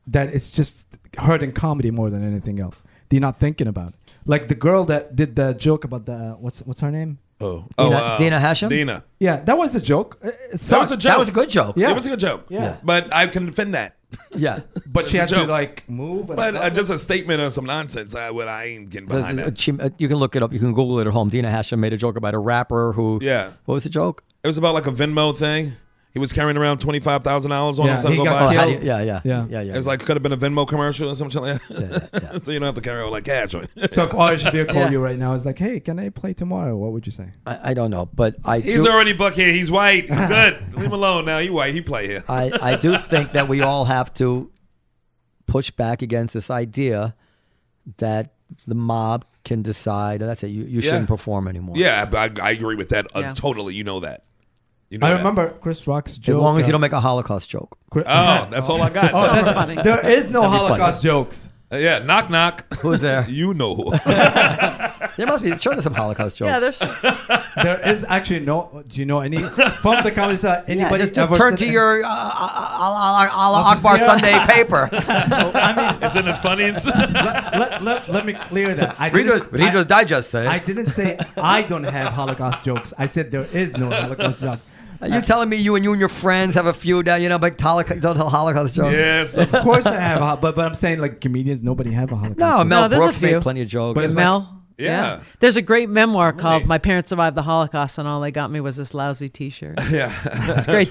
A: that it's just hurting comedy more than anything else. They're not thinking about it. Like the girl that did the joke about the what's what's her name?
B: Oh,
C: Dina- Dina Hashem?
B: Dina.
A: Yeah, that was a joke. It- it
B: That was a
A: sucked.
B: joke.
C: That was a good joke.
A: Yeah.
B: It was a good joke.
A: Yeah.
B: But I can defend that.
C: yeah.
A: But she
B: It's a
A: had to
B: joke.
A: like move. And
B: But uh, just a statement of some nonsense. I would. I ain't getting behind that.
C: She- you can look it up. You can Google it at home. Dina Hashem made a joke about a rapper who.
B: Yeah.
C: What was the joke?
B: It was about like a Venmo thing. He was carrying around twenty five thousand dollars on
A: Yeah,
B: him. so I
A: he
B: go
A: got
B: buy-
A: killed.
C: Oh, how do
A: Killed.
C: yeah, yeah,
A: Yeah.
C: yeah, yeah.
B: It was like could have been a Venmo commercial or something like
C: Yeah,
B: that.
C: yeah, yeah.
B: so you don't have to carry all that cash. Right?
A: so if Ari Shaffir called
C: Yeah.
A: you right now, it's like, hey, can I play tomorrow? What would you say?
C: I, I don't know, but I
B: He's
C: do.
B: already booked here. He's white. He's good. Leave him alone now. He white. He play here.
C: I, I do think that we all have to push back against this idea that the mob can decide oh, that's it. You, you
B: Yeah.
C: shouldn't perform anymore.
B: Yeah, but I, I agree with that uh,
D: Yeah.
B: totally. You know that. You know
A: I
B: that.
A: remember Chris Rock's
C: As
A: joke.
C: long as you
A: uh,
C: don't make a Holocaust joke.
A: Chri-
B: Oh, that's all I got.
A: Oh, that's
D: funny.
A: There is no Holocaust jokes.
C: Oh.
B: Uh, yeah, knock knock.
C: Who's there?
B: you know who?
C: There must be. Sure, there's some Holocaust jokes.
D: Yeah, there's
A: There is actually no. Do you know any from the comedy side?
C: Yeah,
A: Anybody
C: just, just
A: ever
C: turn
A: sit
C: to
A: in-
C: your uh, Allah, Allah
A: Obviously,
C: Akbar
A: yeah.
C: Sunday paper.
B: Isn't it funny?
A: Let, let, let, let me clear that. I
C: Reader's,
A: didn't- I-
C: Reader's Digest eh? said.
A: I didn't say I don't have Holocaust jokes. I said there is no Holocaust joke.
C: Are you telling me you and you and your friends have a feud now? You know, like Holocaust, don't tell Holocaust jokes.
B: yes.
A: Of course I have, a ho- but but I'm saying like comedians, nobody have a Holocaust.
C: No,
A: joke.
C: Mel
D: No, there's a
C: Brooks
D: few.
C: made plenty of jokes.
A: But it's
D: Mel.
B: Yeah.
D: There's a great memoir called
B: Really?
D: My Parents Survived the Holocaust and All They Got Me Was This Lousy T shirt.
B: Yeah.
D: Great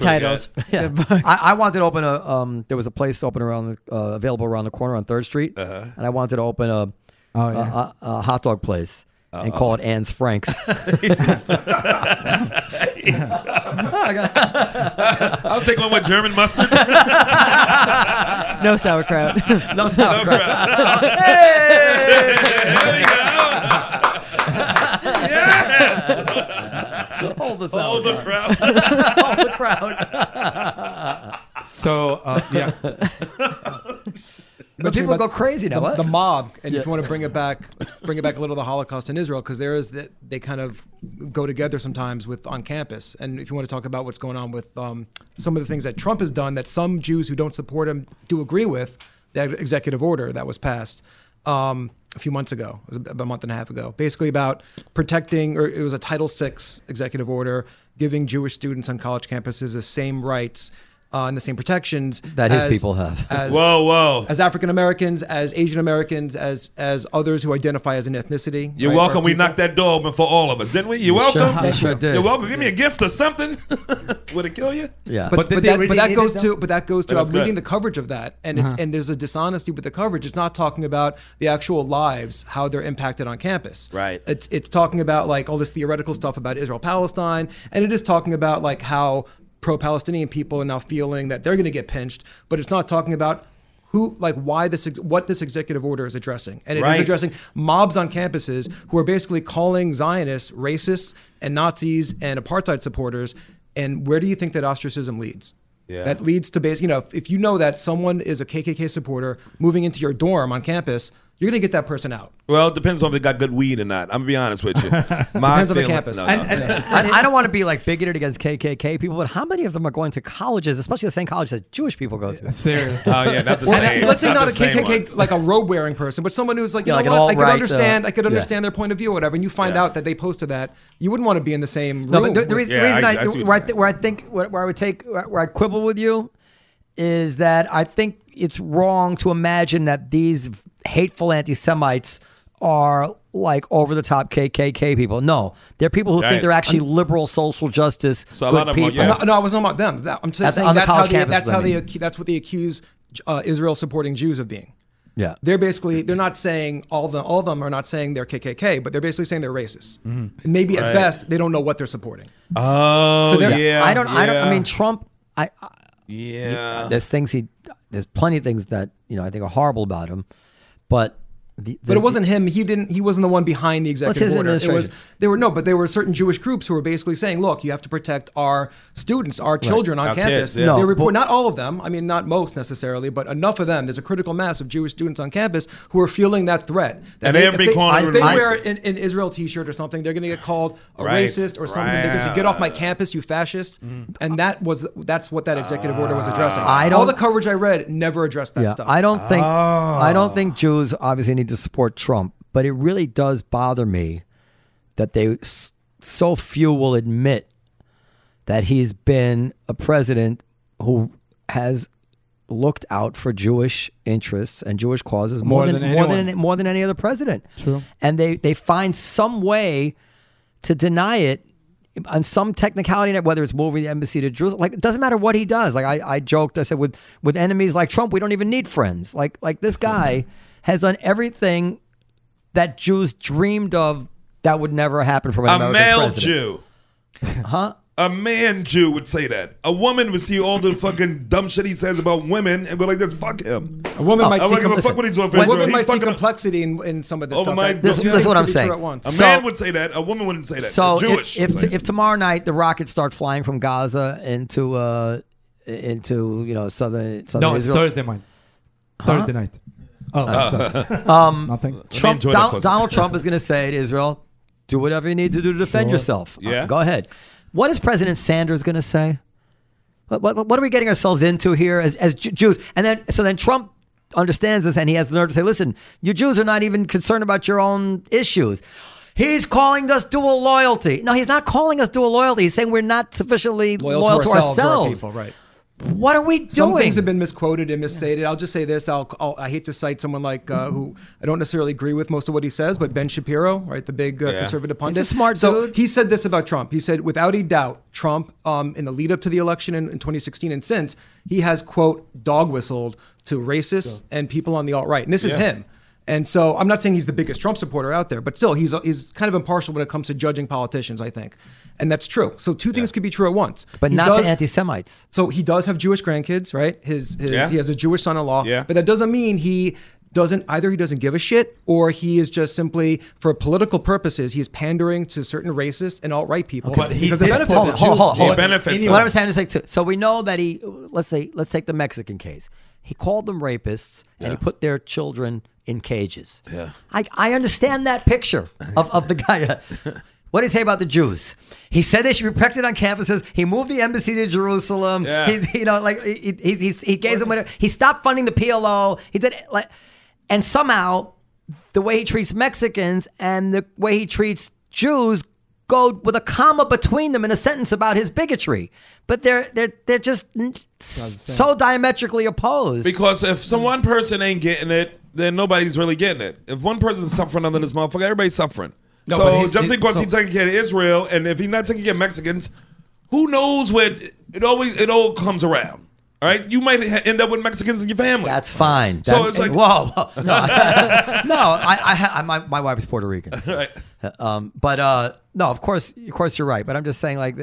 D: titles. Good book.
C: I, I wanted to open a. Um, there was a place open around the, uh, available around the corner on Third Street,
B: Uh-huh.
C: and I wanted to open a,
A: Oh,
C: a-
A: yeah.
C: a, a hot dog place and call it Ann's Franks.
B: I'll take one with German mustard.
D: No sauerkraut.
C: no sauerkraut.
B: There you go.
C: Hold the
B: All
C: sauerkraut.
B: the crowd.
C: Hold the crowd.
A: So uh, yeah,
C: But people go crazy now.
E: the,
C: What?
E: the mob, and if you want to bring it back, bring it back a little to the Holocaust in Israel, because there is that they kind of go together sometimes with on campus. And if you want to talk about what's going on with um, some of the things that Trump has done, that some Jews who don't support him do agree with, that executive order that was passed um, a few months ago, it was about a month and a half ago, basically about protecting, or it was a Title VI executive order giving Jewish students on college campuses the same rights. Uh, and the same protections
C: That his
E: as-
C: people have.
E: as-
B: Whoa, whoa.
E: as African Americans, as Asian Americans, as as others who identify as an ethnicity.
B: You're
E: right,
B: welcome.
E: or
B: We
E: people.
B: knocked that door open for all of us, didn't we? You're welcome.
C: Sure, they sure did.
B: You're welcome. Give me a gift or something. Would it kill you?
C: Yeah.
E: But,
A: did
E: but
A: they
E: that,
A: really
E: but that
A: hate
E: goes
A: it, though?
E: to but that goes to
B: That was
E: I'm reading
B: good. Uh-huh.
E: the coverage of that, and it's, and there's a dishonesty with the coverage. It's not talking about the actual lives, how they're impacted on campus.
B: Right.
E: It's it's talking about like all this theoretical stuff about Israel Palestine, and it is talking about like how pro-Palestinian people are now feeling that they're going to get pinched, but it's not talking about who like why this ex- what this executive order is addressing, and it is
B: Right.
E: addressing mobs on campuses who are basically calling Zionists racists and Nazis and apartheid supporters. And where do you think that ostracism leads?
B: Yeah.
E: That leads to basically, you know, if, if you know that someone is a KKK supporter moving into your dorm on campus, you're going to get that person out.
B: Well, it depends on if they got good weed or not. I'm gonna be honest with you. My
E: Depends on the
B: feeling-
E: campus.
B: No, no.
A: and, and,
C: I, I don't want to be like bigoted against KKK people, but how many of them are going to colleges, especially the same colleges that Jewish people go to?
A: seriously.
B: oh yeah, not the
E: Or
B: same.
E: let's say not a
B: the same
E: KKK,
B: ones.
E: like a robe wearing person, but someone who's like,
C: Yeah,
E: you know
C: like an
E: what, I could
C: alt-right,
E: understand,
C: uh,
E: I could
C: yeah.
E: understand their point of view or whatever. And you find
B: Yeah.
E: out that they posted that, you wouldn't want to be in the same room.
C: No, but the, the
E: with-
C: reason,
B: Yeah,
C: reason
B: I-
C: I,
B: I see what you're
C: where, I
B: saying.
C: th- where I think where, where I would take where, where I'd quibble with you is that I think it's wrong to imagine that these v- hateful anti-Semites are like over the top KKK people. No, they're people who
B: Right.
C: think they're actually liberal, social justice,
B: So a
C: good
B: lot of them are-
C: people.
B: yeah.
E: No, no, I was talking about them. That- I'm saying
C: That's
E: that's,
C: on the
E: how
C: college
E: they,
C: campuses,
E: that's how
C: I mean.
E: they accu- that's what they accuse uh, Israel supporting Jews of being.
C: Yeah.
E: They're basically they're not saying all the all of them are not saying they're KKK, but they're basically saying they're racist.
C: Mm-hmm.
E: And Maybe at best they don't know what they're supporting.
B: Oh
E: So they're-
B: yeah.
C: I don't. I don't. I
B: yeah, Uh.
C: mean, Trump. I, I
B: yeah.
C: there's things he. There's plenty of things that you know I think are horrible about him, but. The,
E: But it wasn't him. He didn't. He wasn't the one behind the
C: it's
E: executive
C: his
E: order. It was
C: administration.
E: there were no, but there were certain Jewish groups who were basically saying, "Look, you have to protect our students, our children on
B: Our kids,
E: campus."
B: yeah.
C: No,
E: they report
C: but-
E: not all of them. I mean, not most necessarily, but enough of them. There's a critical mass of Jewish students on campus who are feeling that threat. That
B: And
E: they,
B: they're
E: if
B: being
E: they,
B: called
E: if they
B: racist.
E: wear an, an Israel T-shirt or something, they're going to get called a
B: Right. Mm-hmm.
E: racist or something. They're going to say, "Get off my campus, you fascist!" And that was that's what that executive order was addressing.
C: I
E: all
C: don't-
E: the coverage I read never addressed that
C: Yeah,
E: stuff.
C: I don't think I don't think Jews obviously need to support Trump, but it really does bother me that they s- so few will admit that he's been a president who has looked out for Jewish interests and Jewish causes more,
A: More
C: than,
A: than
C: more
A: anyone.
C: than more than any other president.
A: True.
C: And they they find some way to deny it on some technicality, whether it's moving the embassy to Jerusalem, like it doesn't matter what he does. Like I, I joked, I said with with enemies like Trump, we don't even need friends. Like like this guy has done everything that Jews dreamed of that would never happen from an
B: A
C: American
B: male
C: president.
B: Jew.
C: huh?
B: A man Jew would say that. A woman would see all the fucking dumb shit he says about women and be like, "This fuck him."
E: A woman might
B: Oh, I
E: see
B: don't give a
E: com-
B: fuck what he's doing for
E: a
B: Israel.
E: woman
B: He
E: might see
B: fucking-
E: complexity in, in some of this
B: Over
E: stuff.
B: my-
E: that-
B: This-
E: two
C: is
B: this
E: things
C: what
E: can
C: I'm
E: be true
C: saying.
E: at once.
B: A
C: So-
B: man would say that. A woman wouldn't say that.
C: So
B: a Jewish.
C: if
B: would say
C: if, if tomorrow night the rockets start flying from Gaza into uh into you know southern southern
A: No, it's
C: Israel,
A: Thursday, mine. Thursday night. Oh, um, nothing.
C: Trump
B: enjoy that
C: Donald,
B: closet.
C: Donald Trump is going to say to Israel, do whatever you need to do to defend
A: Sure.
C: yourself. Uh,
B: Yeah.
C: go ahead. What is President Sanders going to say? What, what, what are we getting ourselves into here as, as Ju- Jews? And then so then Trump understands this and he has the nerve to say, listen, you Jews are not even concerned about your own issues. He's calling us dual loyalty. No, he's not calling us dual loyalty. He's saying we're not sufficiently loyal, to ourselves.
E: or our people, right?
C: What are we doing?
E: Some things have been misquoted and misstated. I'll just say this: I'll, I'll I hate to cite someone like uh, who I don't necessarily agree with most of what he says, but Ben Shapiro, right, the big uh,
B: Yeah.
E: conservative
C: a
E: pundit,
C: smart
E: so
C: dude.
E: He said this about Trump. He said, without a doubt, Trump, um, in the lead up to the election in, in 2016 and since, he has quote dog whistled to racists and people on the alt right, and this is
B: Yeah.
E: him. And so I'm not saying he's the biggest Trump supporter out there, but still he's he's kind of impartial when it comes to judging politicians, I think, and that's true. So two things could be true at once.
C: but
E: He
C: not
E: does-
C: to anti Semites.
E: so he does have Jewish grandkids, right? His, his
B: Yeah.
E: he has a Jewish son-in-law.
B: Yeah.
E: But that doesn't mean he doesn't either he doesn't give a shit or he is just simply for political purposes he's pandering to certain racist and alt-right people
A: But he
E: because
A: did
E: it benefits
A: fall-
E: him.
A: hold-
C: Hold, hold,
B: He
C: hold.
B: benefits
C: Anyway.
B: them.
C: What I'm saying is like, too, so we know that he let's say let's take the Mexican case. He called them rapists and he put their children in cages. Yeah, I, I understand that picture of, of the guy. What did he say about the Jews? He said they should be protected on campuses. He moved the embassy to Jerusalem.
B: Yeah.
C: He, you know, like he, he, he, he gave them whatever. He stopped funding the PLO. He did it, like, and somehow the way he treats Mexicans and the way he treats Jews go with a comma between them in a sentence about his bigotry. But they're they're they're just n- so diametrically opposed.
B: Because if some one person ain't getting it, then nobody's really getting it. If one person's suffering under this motherfucker, everybody's suffering.
E: No, but
B: so
E: he's-
B: just
E: he-
B: because
E: so-
B: he's taking care of Israel, and if he's not taking care of Mexicans, who knows what? It always it all comes around. All right, you might ha- end up with Mexicans in your family.
C: That's fine.
B: So
C: That's,
B: it's like-
C: whoa, whoa. no, I- no. I, I, ha- I my, my wife is Puerto Rican, so,
B: Right.
C: um, but uh, no, of course, of course, you're right. But I'm just saying, like,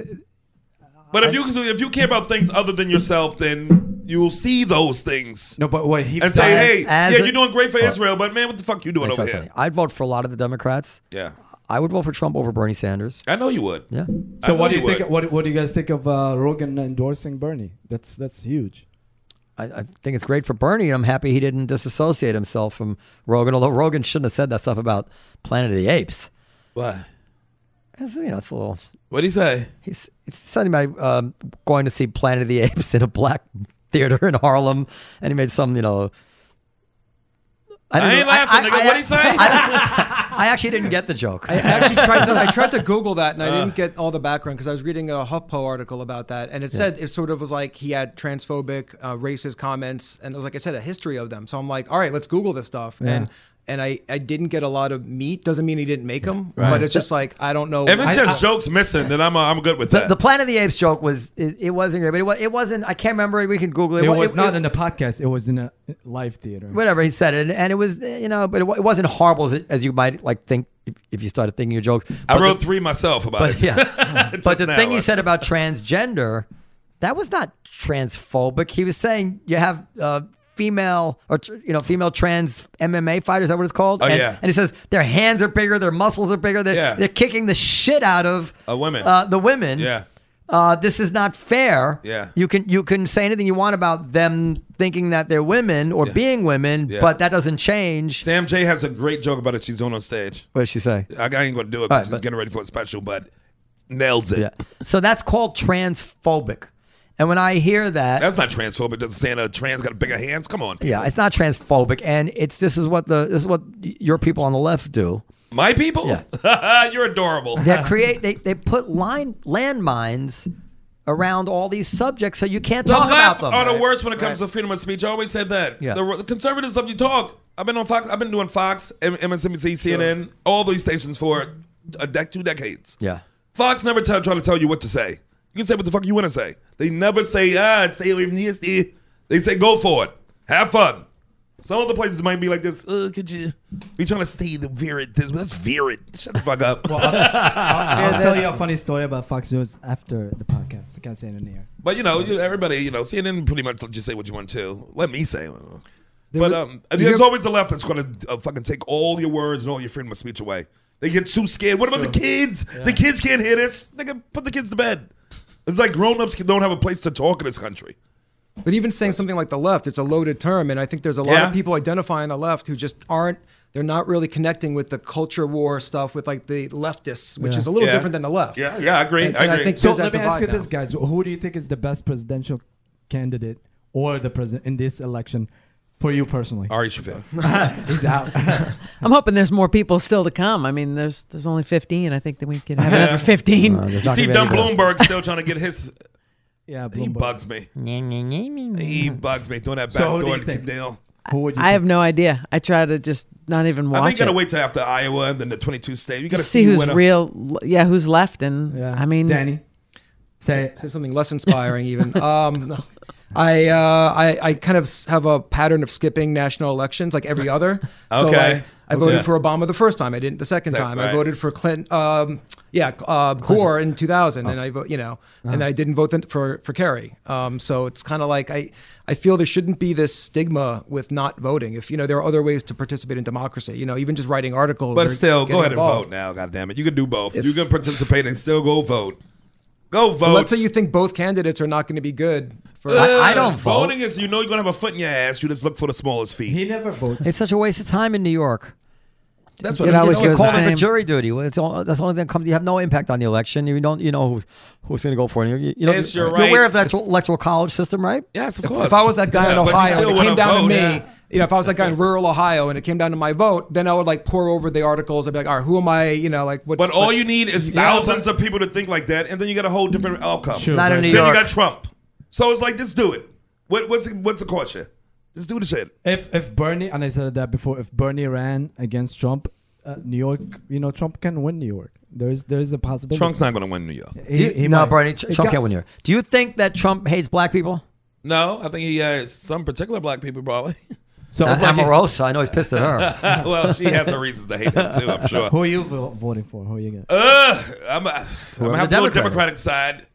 B: But if you if you care about things other than yourself, then you'll see those things
A: No, but what he
B: and say,
C: As-
B: "Hey,
C: as
B: yeah,
C: a-
B: you're doing great for Israel, but man, what the fuck you doing
C: that's
B: over
C: what I'm
B: here?"
C: saying. I'd vote for a lot of the Democrats.
B: Yeah,
C: I would vote for Trump over Bernie Sanders.
B: I know you would.
C: Yeah.
B: I
A: So
B: know
A: what do you
B: would.
A: think? What What do you guys think of uh, Rogan endorsing Bernie? That's that's huge.
C: I, I think it's great for Bernie, and I'm happy he didn't disassociate himself from Rogan. Although Rogan shouldn't have said that stuff about Planet of the Apes.
B: What?
C: It's, you know, it's a little.
B: What do you say?
C: He's it's something about um, going to see Planet of the Apes in a black theater in Harlem, and he made some, you know.
B: I,
C: don't
B: ain't
C: know-
B: laughing, nigga.
C: I-
B: what do you say?
C: I actually didn't get the joke.
E: I actually tried to I tried to Google that and
B: Uh.
E: I didn't get all the background because I was reading a HuffPo article about that and it said it sort of was like he had transphobic, uh, racist comments and it was like I said a history of them. So I'm like, all right, let's Google this stuff and. And I, I didn't get a lot of meat. Doesn't mean he didn't make them, but it's just like I don't know.
B: If it's
E: I-
B: just
E: I-
B: jokes missing, then I'm uh, I'm good with
C: the,
B: that.
C: the Planet of the Apes joke was it, it wasn't great, but it, wa- it wasn't. I can't remember. it. We can Google it.
A: It
C: Wa-
A: was not
C: it-
A: in a podcast. It was in a live theater.
C: whatever he said it and it was you know but it, wa- it wasn't horrible as, as you might like think if, if you started thinking your jokes
B: I
C: But
B: wrote
C: the,
B: three myself about
C: but
B: it.
C: yeah but
B: Just
C: the
B: now,
C: thing he
B: I-
C: said about transgender that was not transphobic he was saying you have uh female or tr- you know female trans mma fighters is that what it's called
B: Oh,
C: and,
B: yeah.
C: and he says their hands are bigger their muscles are bigger they're,
B: Yeah.
C: they're kicking the shit out of
B: Uh, women.
C: uh, the women
B: Yeah.
C: uh, this is not fair.
B: Yeah.
C: You can you can say anything you want about them thinking that they're women or being women, but that doesn't change.
B: Sam J has a great joke about it. She's doing on stage.
C: What did she say?
B: I, I ain't gonna do it.
C: All right,
B: because she's
C: but-
B: getting ready for a special, but nails it.
C: Yeah. So that's called transphobic. And when I hear that,
B: That's not transphobic. Doesn't saying a trans got bigger hands. Come on,
C: yeah, it's not transphobic, and it's this is what the this is what y- your people on the left do.
B: my people. You're adorable.
C: They create they, they put line landmines around all these subjects, so you can't
B: The
C: talk about
B: left
C: them.
B: are the
C: Right.
B: worst when it comes to freedom of speech. I always said that.
C: Yeah.
B: The, the conservatives love you talk. I've been on Fox. I've been doing Fox, M- MSNBC, CNN, all these stations for a dec- two decades.
C: Yeah.
B: Fox never tell, try to tell you what to say. You can say what the fuck you want to E say. They never say, ah, it's alienisty. They say, go for it. Have fun. Some other places might be like this. Uh, could you? We trying to stay the Virid. This let's Virid. Shut the fuck up.
A: I'll tell you a funny story about Fox News after the podcast. I can't say it in the air.
B: but you know, you, everybody, you know, CNN pretty much just say what you want to. Let me say. It. But
E: was-
B: um,
E: did
B: there's
E: you hear-
B: always the left that's going to uh, fucking take all your words and all your freedom of speech away. They get too scared. What about the kids? The kids can't hear this. Nigga, put the kids to bed. It's like grown-ups don't have a place to talk in this country.
E: But even saying something like the left, it's a loaded term, and I think there's a lot
B: Yeah.
E: of people identifying the left who just aren't. They're not really connecting with the culture war stuff with like the leftists, which
A: Yeah.
E: is a little
B: Yeah.
E: different than the left.
B: Yeah, yeah, I agree.
E: And-
B: I
E: and I
B: agree.
E: think
A: So
E: There's that
A: let me ask
E: divide
A: you
E: now.
A: this, guys: Who do you think is the best presidential candidate or the president in this election for you personally?
B: Ari Shafir.
A: He's out.
D: I'm hoping there's more people still to come. I mean, there's there's only 15. I think that we can have another 15.
B: You see, Don Bloomberg still trying to get his.
A: yeah, Bloomberg.
B: He bugs me. He bugs me doing that
A: So who do
B: backdoor
A: you think?
B: deal.
A: Who would you?
D: I have no idea. I try to just not even watch
B: I think you
D: it.
B: gotta wait till after Iowa and then the 22 state. You
D: to
B: gotta
D: see who's
B: winner.
D: real. Yeah, who's left? And
A: pick? Yeah.
D: I mean,
A: Danny, say it.
E: Say something less inspiring, even. Um, I, uh, I I kind of s- have a pattern of skipping national elections, like every other. So
B: Okay.
E: like, I voted
B: Okay.
E: for Obama the first time. I didn't the second
B: That-
E: time.
B: right.
E: I voted for Clinton. Um, yeah, uh, Gore in
B: Oh.
E: 2000, and I vote. You know, and then I didn't vote then for for Kerry. Um, so it's kind of like I I feel there shouldn't be this stigma with not voting. If you know there are other ways to participate in democracy. You know, even just writing articles.
B: But
E: or
B: still,
E: getting
B: go ahead
E: involved.
B: and vote now. God damn it, you can do both. you can participate and still go vote. Go vote.
E: Let's say you think both candidates are not going to be good. For,
B: Ugh,
C: I don't vote.
B: Voting is you know you're gonna have a foot in your ass. You just look for the smallest feet.
A: He never votes.
C: It's such a waste of time in New York.
E: that's
C: You
E: I'm
C: know,
E: just
D: always
C: it's
E: saying.
D: goes
C: just called
D: the
C: up a
D: same.
C: jury duty. Well, It's all, that's the only thing that comes. You have no impact on the election. You don't. You know who's, who's going to go for it. You, you- you know,
B: Yes,
C: you're,
B: you're right.
C: aware of the actual electoral college system, right?
B: yes, of
E: If- If I was that guy in
B: Yeah, but you
E: Ohio,
B: still
E: and it
B: wanna
E: came down
B: vote.
E: to me.
B: Yeah.
E: You know, if I was that guy in rural Ohio and it came down to my vote, then I would like pour over the articles. I'd be like, all right, who am I? You know, like what?
B: But all you need is
E: Yeah, but-
B: thousands of people to think like that, and then you got a whole different outcome.
A: Sure,
C: Not in
A: but-
C: New
B: Then
C: York.
B: you got Trump. So it's like just do it. What, what's what's the cost here? Just do the shit.
A: If if Bernie and I said that before, if Bernie ran against Trump, uh, New York, you know, Trump can win New York. There is there is a possibility.
B: Trump's not gonna win New York.
A: He-
C: Do you,
A: he
C: no,
A: might.
C: Bernie. Tr-
A: It
C: Trump
A: got-
C: can't win here. Do you think that Trump hates black people?
B: No, I think he has some particular black people probably.
A: So
C: That's Amorosa. Uh, I know he's pissed at her.
B: well, she has her reasons to hate him too. I'm sure.
A: who are you vo- voting for? Who are you going?
B: Ugh, I'm, I'm gonna have
C: the
B: to go
C: Democrat
B: Democratic side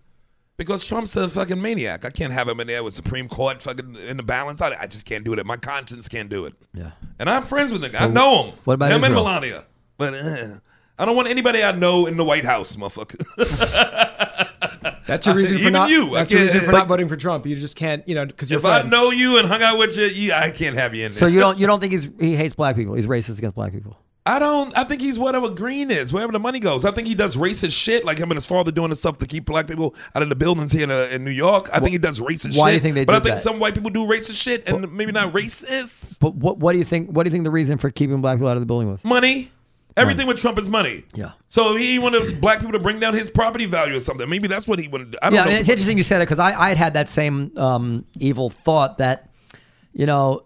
B: because Trump's a fucking maniac. I can't have him in there with Supreme Court fucking in the balance. I, I just can't do it. My conscience can't do it.
C: Yeah.
B: And I'm friends with the guy. I know him.
C: what about
B: him and
C: Israel?
B: Melania? But uh, I don't want anybody I know in the White House, motherfucker.
E: that's your reason for
B: Even
E: not.
B: you, I
E: that's your
B: can't-
E: reason for
B: but-
E: not voting for Trump. You just can't, you know, because you're
B: if I
E: friends.
B: know you and hung out with you, you, I can't have you in there.
C: so you don't. You don't think he's he hates black people? He's racist against black people.
B: I don't. I think he's whatever Green is, wherever the money goes. I think he does racist shit, like him and his father doing the stuff to keep black people out of the buildings here in, uh, in New York. I think he does racist.
C: why
B: shit,
C: do you think they
B: But I
C: did
B: think
C: that?
B: some white people do racist shit, and maybe not racist.
C: But what what do you think? What do you think the reason for keeping black people out of the building was?
B: Money. Everything with Trump is money.
C: Yeah.
B: So he wanted black people to bring down his property value or something. Maybe that's what he wanted. to- I don't
C: Yeah,
B: know.
C: and it's interesting you said that because I I had had that same um, evil thought that, you know,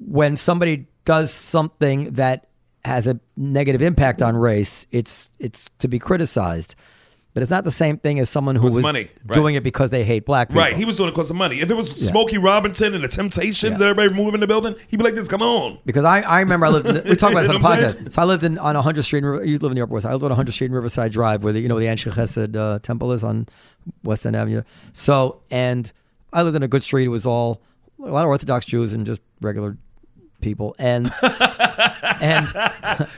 C: when somebody does something that has a negative impact on race, it's it's to be criticized, but it's not the same thing as someone who was,
B: money, right.
C: doing it because they hate black people.
B: Right, he was doing it because of money. If it was Smokey Robinson and the Temptations and everybody moving the building, he'd be like, "This, come on."
C: Because I, I remember I lived. In, we talked about this on the
B: You know what I'm
C: podcast.
B: saying?
C: So I lived in on 100th Street. In, River- you live in the Upper West. Side. I lived on 100th Street in Riverside Drive, where the you know the Anshin Chesed uh, Temple is on West End Avenue. So and I lived in a good street. It was all a lot of Orthodox Jews and just regular people. And and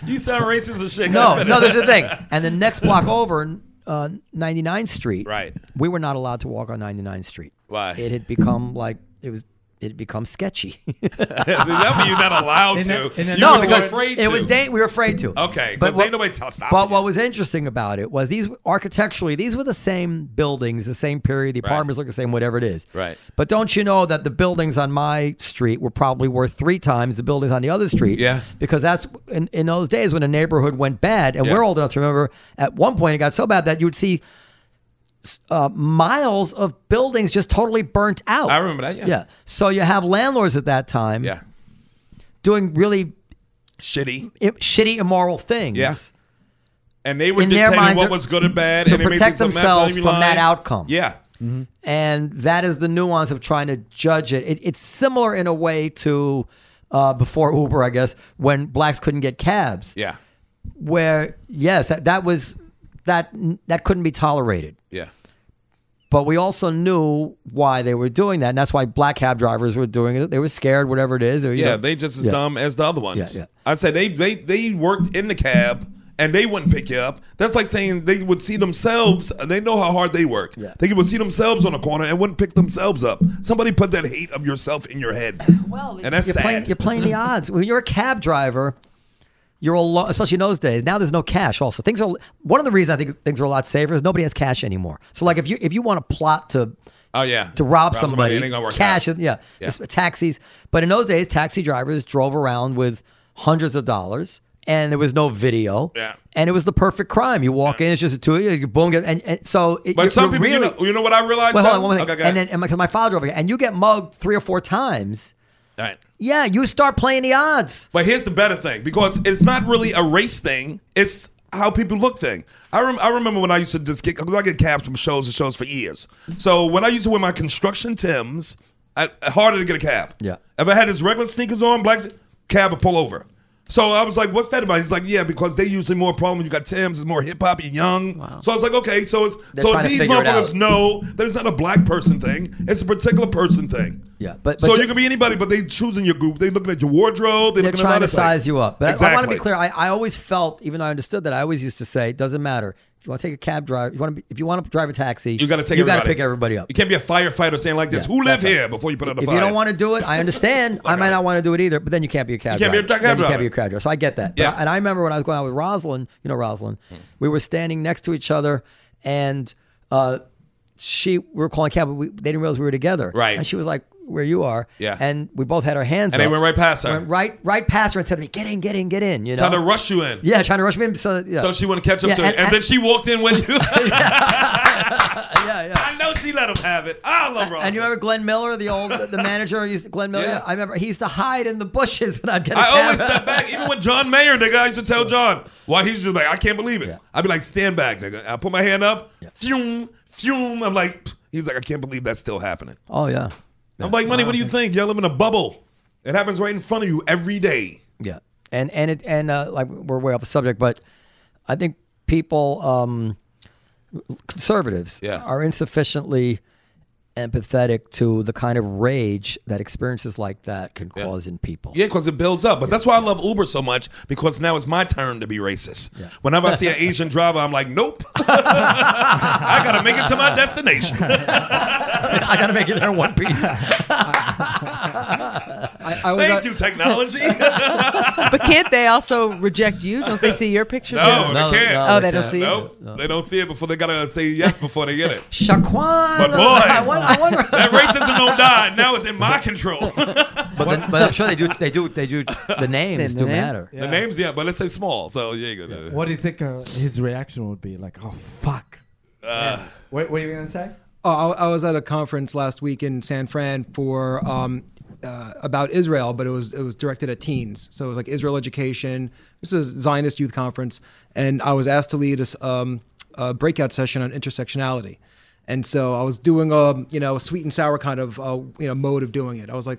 B: You sound racist as shit.
C: no, no, there's the thing. And the next block over, uh, 99th Street.
B: Right.
C: We were not allowed to walk on 99th Street.
B: Why?
C: It had become like it was. It had become sketchy.
B: that one you're not allowed
A: In a-
B: to.
A: in a-
B: You
A: No,
B: were
A: because
B: afraid
C: it
B: to.
C: was dang, we were afraid to.
B: Okay,
C: But
B: 'cause
C: what-
B: ain't nobody tell- stop
C: But
B: you.
C: what was interesting about it was these architecturally, these were the same buildings, the same period, the apartments look the same, whatever it is.
B: Right.
C: But don't you know that the buildings on my street were probably worth three times the buildings on the other street?
B: Yeah.
C: Because that's in, in those days when a neighborhood went bad, and
B: Yeah.
C: we're old enough to remember at one point it got so bad that you would see uh, miles of buildings just totally burnt out.
B: I remember that. Yeah.
C: Oh. Yeah. So you have landlords at that time
B: Yeah.
C: doing really
B: Shitty.
C: i- shitty, immoral things.
B: Yeah. And they were
C: In their
B: dictating
C: mind
B: what
C: to-
B: was good and bad.
C: to
B: and they made
C: protect
B: these
C: themselves
B: imaginary
C: from that
B: lines.
C: outcome. Mm-hmm.
B: Yeah.
C: And that is the nuance of trying to judge it. it it's similar in a way to uh, before Uber, I guess, when blacks couldn't get cabs.
B: Yeah.
C: Where yes, that, that was that that couldn't be tolerated.
B: Yeah.
C: But we also knew why they were doing that, and that's why black cab drivers were doing it. They were scared, whatever it is. Or, you
B: Yeah,
C: know,
B: they just as
C: yeah.
B: dumb as the other ones.
C: Yeah, yeah.
B: I said they they they worked in the cab and they wouldn't pick you up. That's like saying they would see themselves. They know how hard they work.
C: Yeah.
B: They would see themselves on a corner and wouldn't pick themselves up. Somebody put that hate of yourself in your head.
C: Well,
B: and that's
C: you're
B: sad.
C: playing you're playing the odds. When you're a cab driver, you're alone, especially in those days. Now there's no cash. Also, things are one of the reasons I think things are a lot safer is nobody has cash anymore. So like if you if you want to plot to
B: oh yeah,
C: to rob,
B: it
C: somebody,
B: ain't gonna work
C: cash
B: out.
C: is yeah,
B: Yeah.
C: It's taxis. But in those days, taxi drivers drove around with hundreds of dollars. And there was no video,
B: Yeah.
C: and it was the perfect crime. You walk in, it's just a two, of you, you boom, get, and, and so. It,
B: But
C: you're-
B: some
C: you're
B: people,
C: really,
B: you, know, you know what I realized?
C: Wait, hold on,
B: though?
C: one more thing.
B: Okay, go
C: and then
B: ahead.
C: and my, 'cause my father over here, and you get mugged three or four times.
B: All right.
C: Yeah, you start playing the odds.
B: But here's the better thing because it's not really a race thing. It's how people look thing. I, rem- I remember when I used to just get because I get cabs from shows and shows for years. So when I used to wear my construction Tims, I, harder to get a cab.
C: Yeah.
B: If I had his regular sneakers on, black s- cab would pull over. So I was like, "What's that about?" He's like, "Yeah, because they usually more problem. when You got Tims, it's more hip hop and young." So I was like, "Okay, so it's
C: They're
B: so
C: trying to
B: these
C: figure it
B: motherfuckers
C: out.
B: know that it's not a black person thing; it's a particular person thing."
C: Yeah, but-
B: so
C: but ju-
B: you can be anybody, but they choosing your group. They looking at your wardrobe. They
C: They're
B: looking at a lot
C: trying to
B: of things.
C: size you up. But I- I, want to
B: Exactly.
C: be clear. I, I always felt, even though I understood that, I always used to say, it doesn't matter. If you want to take a cab drive, you want to be, if you want to drive a taxi,
B: You got to take.
C: you
B: got to
C: pick everybody up.
B: You can't be a firefighter saying like this.
C: Yeah,
B: Who live
C: that's right.
B: here before you put out a
C: If
B: fire?
C: you don't want to do it, I understand. I might not want to do it either, but then you can't be a cab
B: You can't be a
C: driver.
B: cab
C: Then You can't
B: driver.
C: be a cab driver. So I get that. But
B: Yeah. Hmm.
C: I- and I remember when I was going out with Rosalind, you know Rosalind, we were standing next to each other and uh, she, we were calling cab, but we, they didn't realize we were together.
B: Right.
C: And she was like, where you are.
B: Yeah.
C: And we both had our hands
B: And they
C: up.
B: went right past her.
C: Went right, right past her and said to me, get in, get in, get in, you know.
B: trying to rush you in.
C: Yeah, trying to rush me in. So, yeah.
B: So she want to catch up
C: Yeah,
B: to you, and,
C: and-
B: then she walked in when you.
C: Uh, yeah, yeah.
B: I know she let him have it. I love Ross.
C: And you remember Glenn Miller, the old the manager, used to, Glenn Miller.
B: Yeah.
C: I remember he used to hide in the bushes, and I'd get. A
B: I always
C: cab.
B: step back, even with John Mayer, nigga. I used to tell John why he's just like, I can't believe it. I'd be like, stand back, nigga. I put my hand up, fume, fume. I'm like, pff. he's like, I can't believe that's still happening.
C: Oh yeah, Uh-huh.
B: I'm like, money. What do you think? Y'all live in a bubble. It happens right in front of you every day.
C: yeah. And and it and uh, like we're way off the subject, but I think people, um, conservatives,
B: Yeah.
C: are insufficiently empathetic to the kind of rage that experiences like that can cause in people.
B: Yeah, because it builds up. But that's why I love Uber so much because now it's my turn to be racist. Whenever I see an Asian driver, I'm like, nope. I got to make it to my destination.
C: I gotta make it there in one piece.
E: I, I was
B: Thank
E: at,
B: you, technology. no,
D: But can't they also reject you? Don't they see your picture?
B: they
C: No,
B: can't.
C: no,
D: Oh, they don't see it.
B: Nope. They don't see it before they got to say yes before they get it.
C: Shaquan,
B: But boy,
C: I wonder. I wonder
B: that racism don't die. Now it's in my control.
C: but, then, but I'm sure they do. They do. They do. The names
D: the
C: do
D: name.
C: matter.
B: The name's, yeah, but let's say small. So, yeah, you gonna
A: What do you think uh, his reaction would be? Like, oh fuck. Yeah. what, what are you gonna say?
E: oh, I I was at a conference last week in San Fran for um, uh, about Israel, but it was it was directed at teens. So it was like Israel education. This is Zionist Youth Conference, and I was asked to lead a, s- um, a breakout session on intersectionality. And so I was doing a you know a sweet and sour kind of uh, you know mode of doing it. I was like,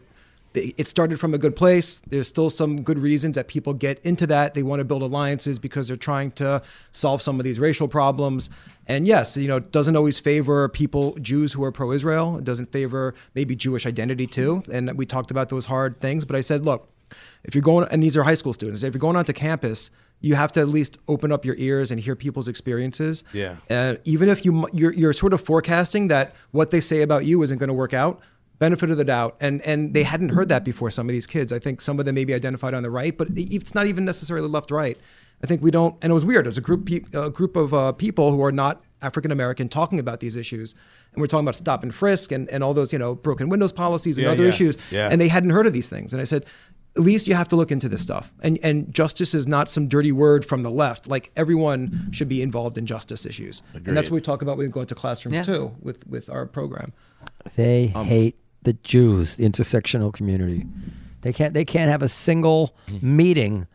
E: they- it started from a good place. There's still some good reasons that people get into that. They want to build alliances because they're trying to solve some of these racial problems. And yes, you know, it doesn't always favor people, Jews who are pro Israel. It doesn't favor maybe Jewish identity too. And we talked about those hard things. But I said, look, if you're going, and these are high school students, if you're going onto campus, you have to at least open up your ears and hear people's experiences.
B: Yeah.
E: Uh, even if you you're, you're sort of forecasting that what they say about you isn't going to work out benefit of the doubt and and they hadn't heard that before some of these kids i think some of them maybe identified on the right but e, it's not even necessarily left right i think we don't and it was weird there's a group peop a group of uh, people who are not african american talking about these issues and we're talking about stop and frisk and, and all those you know broken windows policies and
B: Yeah,
E: other
B: yeah,
E: issues
B: yeah.
E: and they hadn't heard of these things and i said at least you have to look into this stuff and and justice is not some dirty word from the left like everyone should be involved in justice issues and that's what we talk about when we go into classrooms
D: Yeah.
E: too with with our program
C: They hate the Jews, the intersectional community. They can't. They can't have a single meeting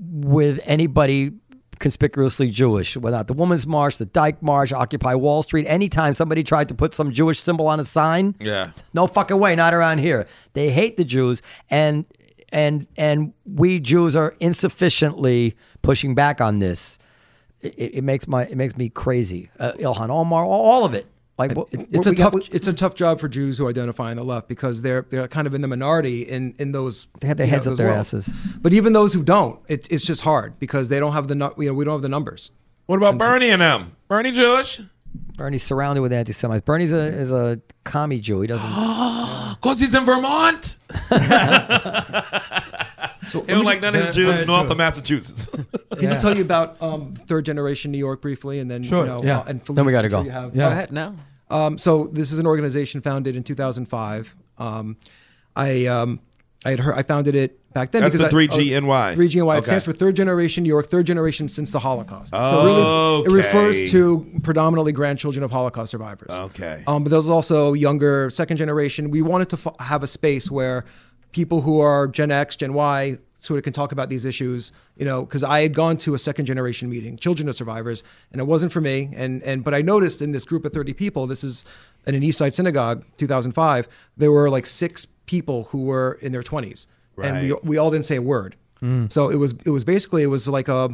C: with anybody conspicuously Jewish. Without the Women's March, the Dyke March, Occupy Wall Street. Anytime somebody tried to put some Jewish symbol on a sign,
B: Yeah.
C: no fucking way, not around here. They hate the Jews, and and and we Jews are insufficiently pushing back on this. It, it it makes my it makes me crazy. Uh, Ilhan Omar, all, all of it. Like what-
E: it's
C: we
E: a
C: got-
E: tough
C: we-
E: it's a tough job for Jews who identify on the left because they're they're kind of in the minority in in those
C: They have their
E: you
C: heads up
E: those
C: their
E: worlds.
C: asses.
E: But even those who don't, it's it's just hard because they don't have the nu- you know we don't have the numbers.
B: What about Bernie and them? Bernie Jewish?
C: Bernie's surrounded with anti Semites. Bernie's a is a commie Jew. He doesn't.
B: Because he's in Vermont.
E: So
B: He don't like none of his Jews north of Massachusetts.
E: Can I just tell you about um, third generation New York briefly, and then
A: Sure,
E: you know,
A: yeah.
E: uh, and Felice,
C: Then we gotta
E: I'm sure
C: go.
E: you have-
A: Yeah.
D: Go ahead. No.
E: Um, so this is an organization founded in 2005. Um, I um, I had heard I founded it back then.
B: That's
E: because
B: the
E: I- I
B: 3GNY.
E: was- 3GNY. It
B: Okay.
E: stands for third generation New York, third generation since the Holocaust. So really, it
B: Okay.
E: refers to predominantly grandchildren of Holocaust survivors.
B: Okay.
E: Um, but there's also younger, second generation. We wanted to f- have a space where people who are Gen X, Gen Y, sort of can talk about these issues. You know, because I had gone to a second generation meeting, children of survivors, and it wasn't for me. And and but I noticed in this group of 30 people, this is in an East Side Synagogue, 2005. There were like six people who were in their 20s, and we
B: Right.
E: we all didn't say a word. So it was it was basically it was like a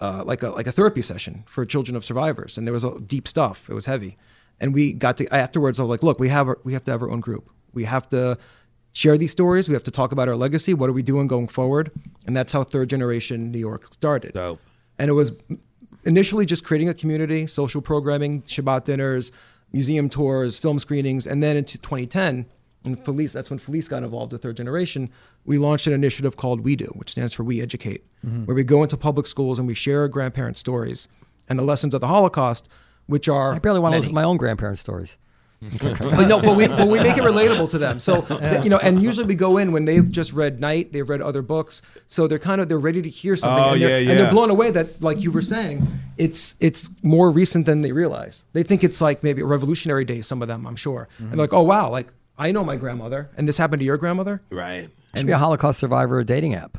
E: uh, like a like a therapy session for children of survivors, and there was a deep stuff. It was heavy, and we got to afterwards. I was like, look, we have our, we have to have our own group. We have to share these stories. We have to talk about our legacy. What are we doing going forward? And that's how third generation New York started.
B: Dope.
E: And it was initially just creating a community, social programming, Shabbat dinners, museum tours, film screenings, and then into 2010, and Felice, that's when Felice got involved with Third Generation. We launched an initiative called We Do, which stands for We Educate,
C: Mm-hmm.
E: where we go into public schools and we share our grandparents' stories and the lessons of the Holocaust, which are
C: I barely want to
E: many.
C: listen to my own grandparents' stories.
E: But no, but we, but we make it relatable to them. So you know, and usually we go in when they've just read Night, they've read other books, so they're kind of they're ready to hear something,
B: Oh,
E: and, they're,
B: yeah,
E: and
B: yeah.
E: they're blown away that, like you were saying, it's it's more recent than they realize. They think it's like maybe a Revolutionary Day. Some of them, I'm sure,
B: Mm-hmm.
E: and they're like, oh wow, like I know my grandmother, and this happened to your grandmother.
B: Right.
C: Should be a Holocaust survivor dating app.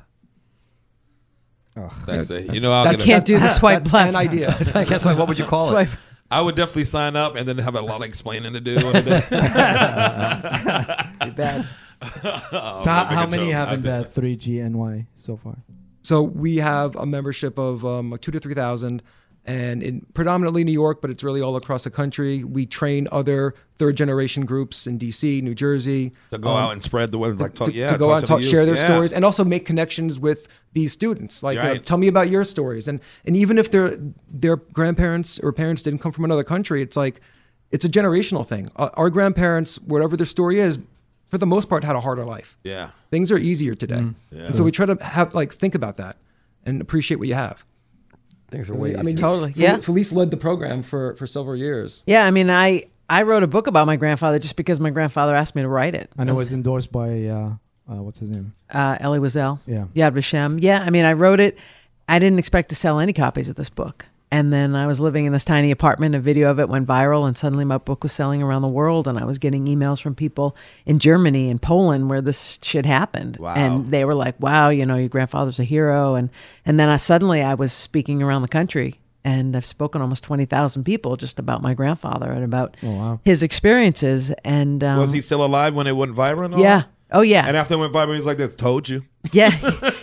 B: That's it. You know, I'll
E: that's-
B: get a,
D: Can't do the swipe
E: that's
D: left.
E: An idea.
C: So I guess what, what would you call it?
D: Swipe.
B: I would definitely sign up and then have a lot of explaining to do. on the day.
D: Bad.
A: So how,
B: I'll make
A: how
B: a
A: many
B: joke.
A: have
B: I
A: in
B: did
A: the three GNY so far?
E: So we have a membership of um, like two to three thousand, and in predominantly New York, but it's really all across the country. We train other third generation groups in D.C., New Jersey,
B: To
E: um,
B: go out and spread the word, like talk,
E: to,
B: yeah,
E: to go out and
B: to the
E: talk, share
B: youth.
E: their
B: Yeah.
E: stories, and also make connections with these students. Like, you know,
B: Right.
E: tell me about your stories, and and even if their their grandparents or parents didn't come from another country, it's like it's a generational thing. Uh, our grandparents, whatever their story is, for the most part, had a harder life
B: Yeah.
E: things are easier today. And so we try to have like think about that and appreciate what you have.
C: Things are way easier.
E: I mean,
D: Totally,
E: Fel-
D: yeah.
E: Felice led the program for for several years.
D: Yeah, I mean, I I wrote a book about my grandfather just because my grandfather asked me to write it.
A: I know it was endorsed by uh, uh, what's his name?
D: uh, Elie Wiesel.
A: Yeah.
D: Yad Vashem. Yeah, I mean, I wrote it. I didn't expect to sell any copies of this book. And then I was living in this tiny apartment. A video of it went viral, and suddenly my book was selling around the world. And I was getting emails from people in Germany and Poland where this shit happened.
B: Wow.
D: And they were like, "Wow, you know, your grandfather's a hero." And and then I suddenly I was speaking around the country, and I've spoken to almost twenty thousand people just about my grandfather and about
A: Oh, wow.
D: his experiences. And um,
B: Was he still alive when it went viral? and all
D: Yeah.
B: that?
D: Oh yeah.
B: And after it went viral, he was like, "This told you."
D: Yeah,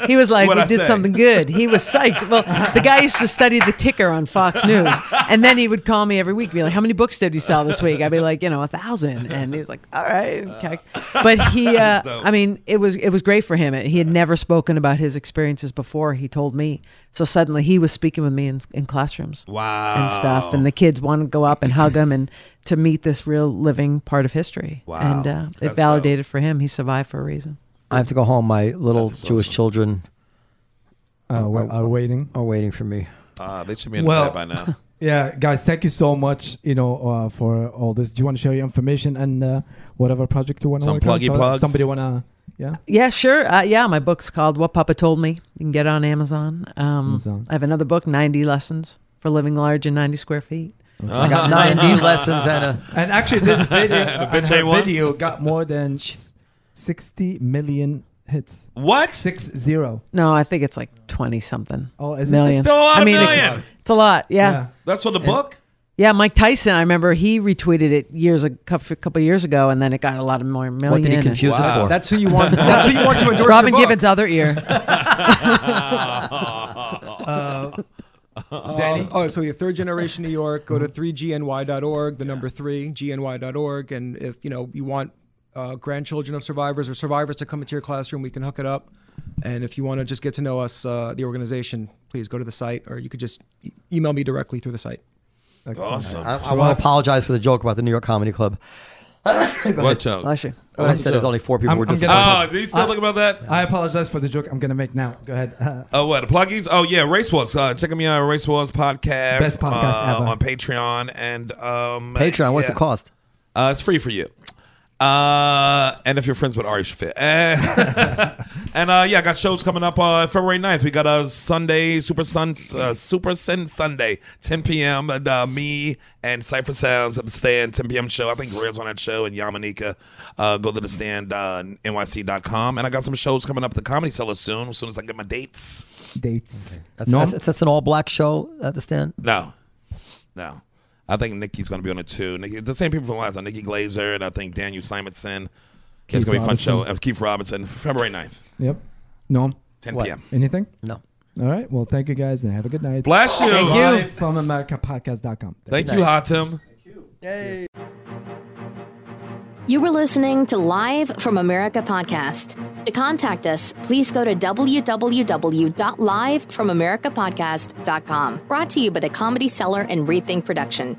D: he was like,
B: What'd
D: "We
B: I
D: did
B: say?"
D: something good." He was psyched. Well, the guy used to study the ticker on Fox News, and then he would call me every week, be like, "How many books did you sell this week?" I'd be like, "You know, a thousand. and he was like, "All right." Okay. But he, uh,
B: dope.
D: I mean, it was it was great for him. He had never spoken about his experiences before. He told me, so suddenly he was speaking with me in, in classrooms
B: Wow.
D: and stuff, and the kids want to go up and hug him and to meet this real living part of history.
B: Wow.
D: And uh,
B: That's
D: it
B: dope.
D: validated for him. He survived for a reason.
C: I have to go home. My little
B: That's
C: Jewish
B: awesome.
C: children
A: Uh, we're, are waiting.
C: are waiting for me.
B: Ah, they should be in
A: Well-
B: bed by now.
A: Yeah, guys, thank you so much. You know, uh, for all this. Do you want to share your information and uh, whatever project you want to
B: Some
A: work on?
B: pluggy
A: So if
B: plugs.
A: Somebody want to? Yeah.
D: Yeah, sure. Uh, yeah, my book's called What Papa Told Me. You can get it on Amazon. Um,
A: Amazon.
D: I have another book, 90 Lessons for Living Large in 90 Square Feet.
C: I
B: Uh-huh.
C: got 90 lessons and a.
A: And actually, this video and
B: bitch ain't
A: her
B: one?
A: video got more than s- sixty million hits.
B: What?
A: Six zero.
D: No, I think it's like 20 something.
A: Oh, is it
D: million.
B: Still a lot
D: I
B: of
D: mean, it-
B: million.
D: it's a lot. Yeah.
B: That's for the book.
D: Yeah, Yeah, Mike Tyson. I remember he retweeted it years a cou- a couple years ago, and then it got a lot of more million.
C: What did he
D: and-
C: confuse
B: Wow.
C: it for?
E: That's who you want. That's who you want to endorse. your
D: Robin
E: book.
D: Gibbons' other ear.
E: Um, oh, so you're third generation New York. Go to 3gny.org, the number three, gny.org. And if, you know, you want uh, grandchildren of survivors or survivors to come into your classroom, we can hook it up. And if you want to just get to know us, uh, the organization, please go to the site or you could just e- email me directly through the site.
B: Awesome.
C: I, I want to apologize for the joke about the New York Comedy Club.
B: Watch out.
D: Bless you.
C: When I said there's only four people
A: I'm-
C: were
A: I'm
C: disappointed.
A: getting-
B: Oh, do you still think about that?
A: I apologize for the joke I'm gonna make now. Go ahead. Uh,
B: Oh, what? The pluggies? Oh, yeah. Race Wars. Uh, check me out. Race Wars podcast.
A: Best podcast
B: uh,
A: ever.
B: On Patreon. And, um,
C: Patreon, what's
B: yeah.
C: it cost?
B: Uh, it's free for you. Uh, and if you're friends with Ari Shafir. Eh. and uh, yeah, I got shows coming up uh, February 9th. We got a Sunday, Super Sun, uh, Super Sin Sunday, 10 p.m. And, uh, me and Cypher Sounds at the stand, 10 p.m. show. I think Reel's on that show and Yamanika. Uh, go to the stand, uh, nyc.com. And I got some shows coming up at the Comedy Cellar soon, as soon as I get my dates.
A: dates.
C: That's,
A: Norm-
C: that's, that's an all black show at the stand.
B: No, no. I think Nikki's going to be on it too. Nikki, the same people from last time, Nikki Glazer, and I think Daniel Simonson.
A: Keith
B: it's going to be a fun
A: Robinson.
B: show. Uh, Keith Robinson, February 9th,
A: Yep. Norm.
B: 10
C: What?
B: p.m.
A: Anything?
C: No.
A: All right. Well, thank you guys and have a good night.
B: Bless you.
A: Live from AmericaPodcast.com.
B: Thank you, Hatem.
F: You were listening to Live from America podcast. To contact us, please go to www.livefromamericapodcast.com. Brought to you by the Comedy Cellar and Rethink Production.